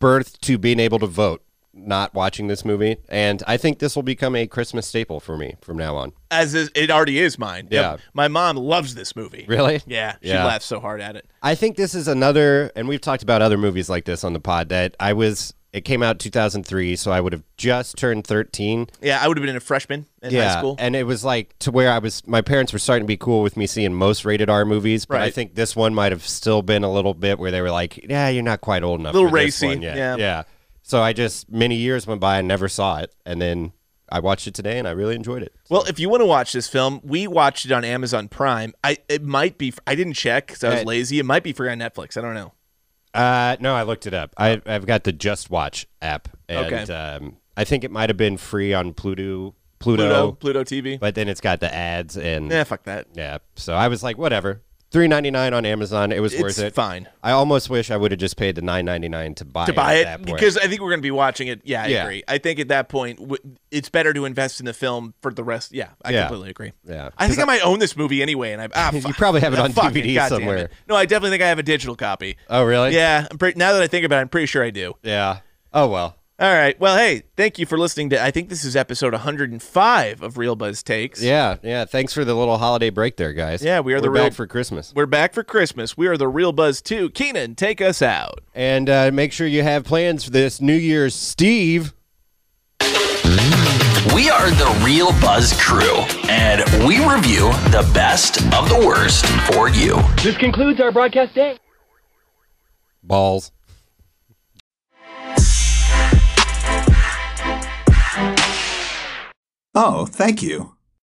C: birth to being able to vote not watching this movie. And I think this will become a Christmas staple for me from now on.
A: As is, it already is mine.
C: Yeah.
A: My mom loves this movie.
C: Really?
A: Yeah, she
C: Yeah.
A: laughs so hard at it.
C: I think this is another, and we've talked about other movies like this on the pod that I was. It came out 2003, so I would have just turned 13.
A: Yeah, I would have been a freshman in high school.
C: and it was like to where I was. My parents were starting to be cool with me seeing most rated R movies, but I
A: Right.
C: think this one might have still been a little bit where they were like, "Yeah, you're not quite old enough."
A: Little
C: for this
A: racy,
C: one yet."
A: yeah.
C: yeah. So I just many years went by and never saw it, and then I watched it today, and I really enjoyed it.
A: well, if you want to watch this film, we watched it on Amazon Prime. I it might be I didn't check because I was
C: Uh,
A: lazy. It might be free on Netflix. I don't know.
C: Uh, no, I looked it up. I, I've got the Just Watch app, and
A: Okay.
C: um, I think it might have been free on Pluto, Pluto,
A: Pluto, Pluto TV.
C: but then it's got the ads and
A: Yeah, fuck that.
C: yeah. So I was like, whatever. Three ninety nine on Amazon. It was
A: It's
C: worth it.
A: fine
C: I almost wish I would have just paid the nine ninety nine to buy
A: to buy
C: it,
A: it
C: at that point.
A: because I think we're going to be watching it. Yeah, I
C: Yeah.
A: agree. I think at that point w- it's better to invest in the film for the rest. Yeah, I
C: Yeah.
A: completely agree.
C: Yeah.
A: I think I, might own this movie anyway, and I ah,
C: You
A: fuck.
C: probably have it
A: Ah,
C: on
A: fuck it,
C: DVD
A: goddamn
C: somewhere.
A: it. No, I definitely think I have a digital copy.
C: oh really?
A: yeah, I'm pretty, now that I think about it, I'm pretty sure I do.
C: Yeah. Oh well.
A: All right. Well, hey, thank you for listening to. I think this is episode 105 of Real Buzz Takes.
C: Yeah. Yeah. Thanks for the little holiday break there, guys.
A: Yeah, we are
C: We're
A: the
C: back
A: real-
C: for Christmas.
A: We're back for Christmas. We are the Real Buzz 2. Keenan, take us out.
C: And uh, make sure you have plans for this New Year's, Steve.
E: We are the Real Buzz crew, and we review the best of the worst for you.
F: This concludes our broadcast day.
C: Balls.
G: Oh, thank you.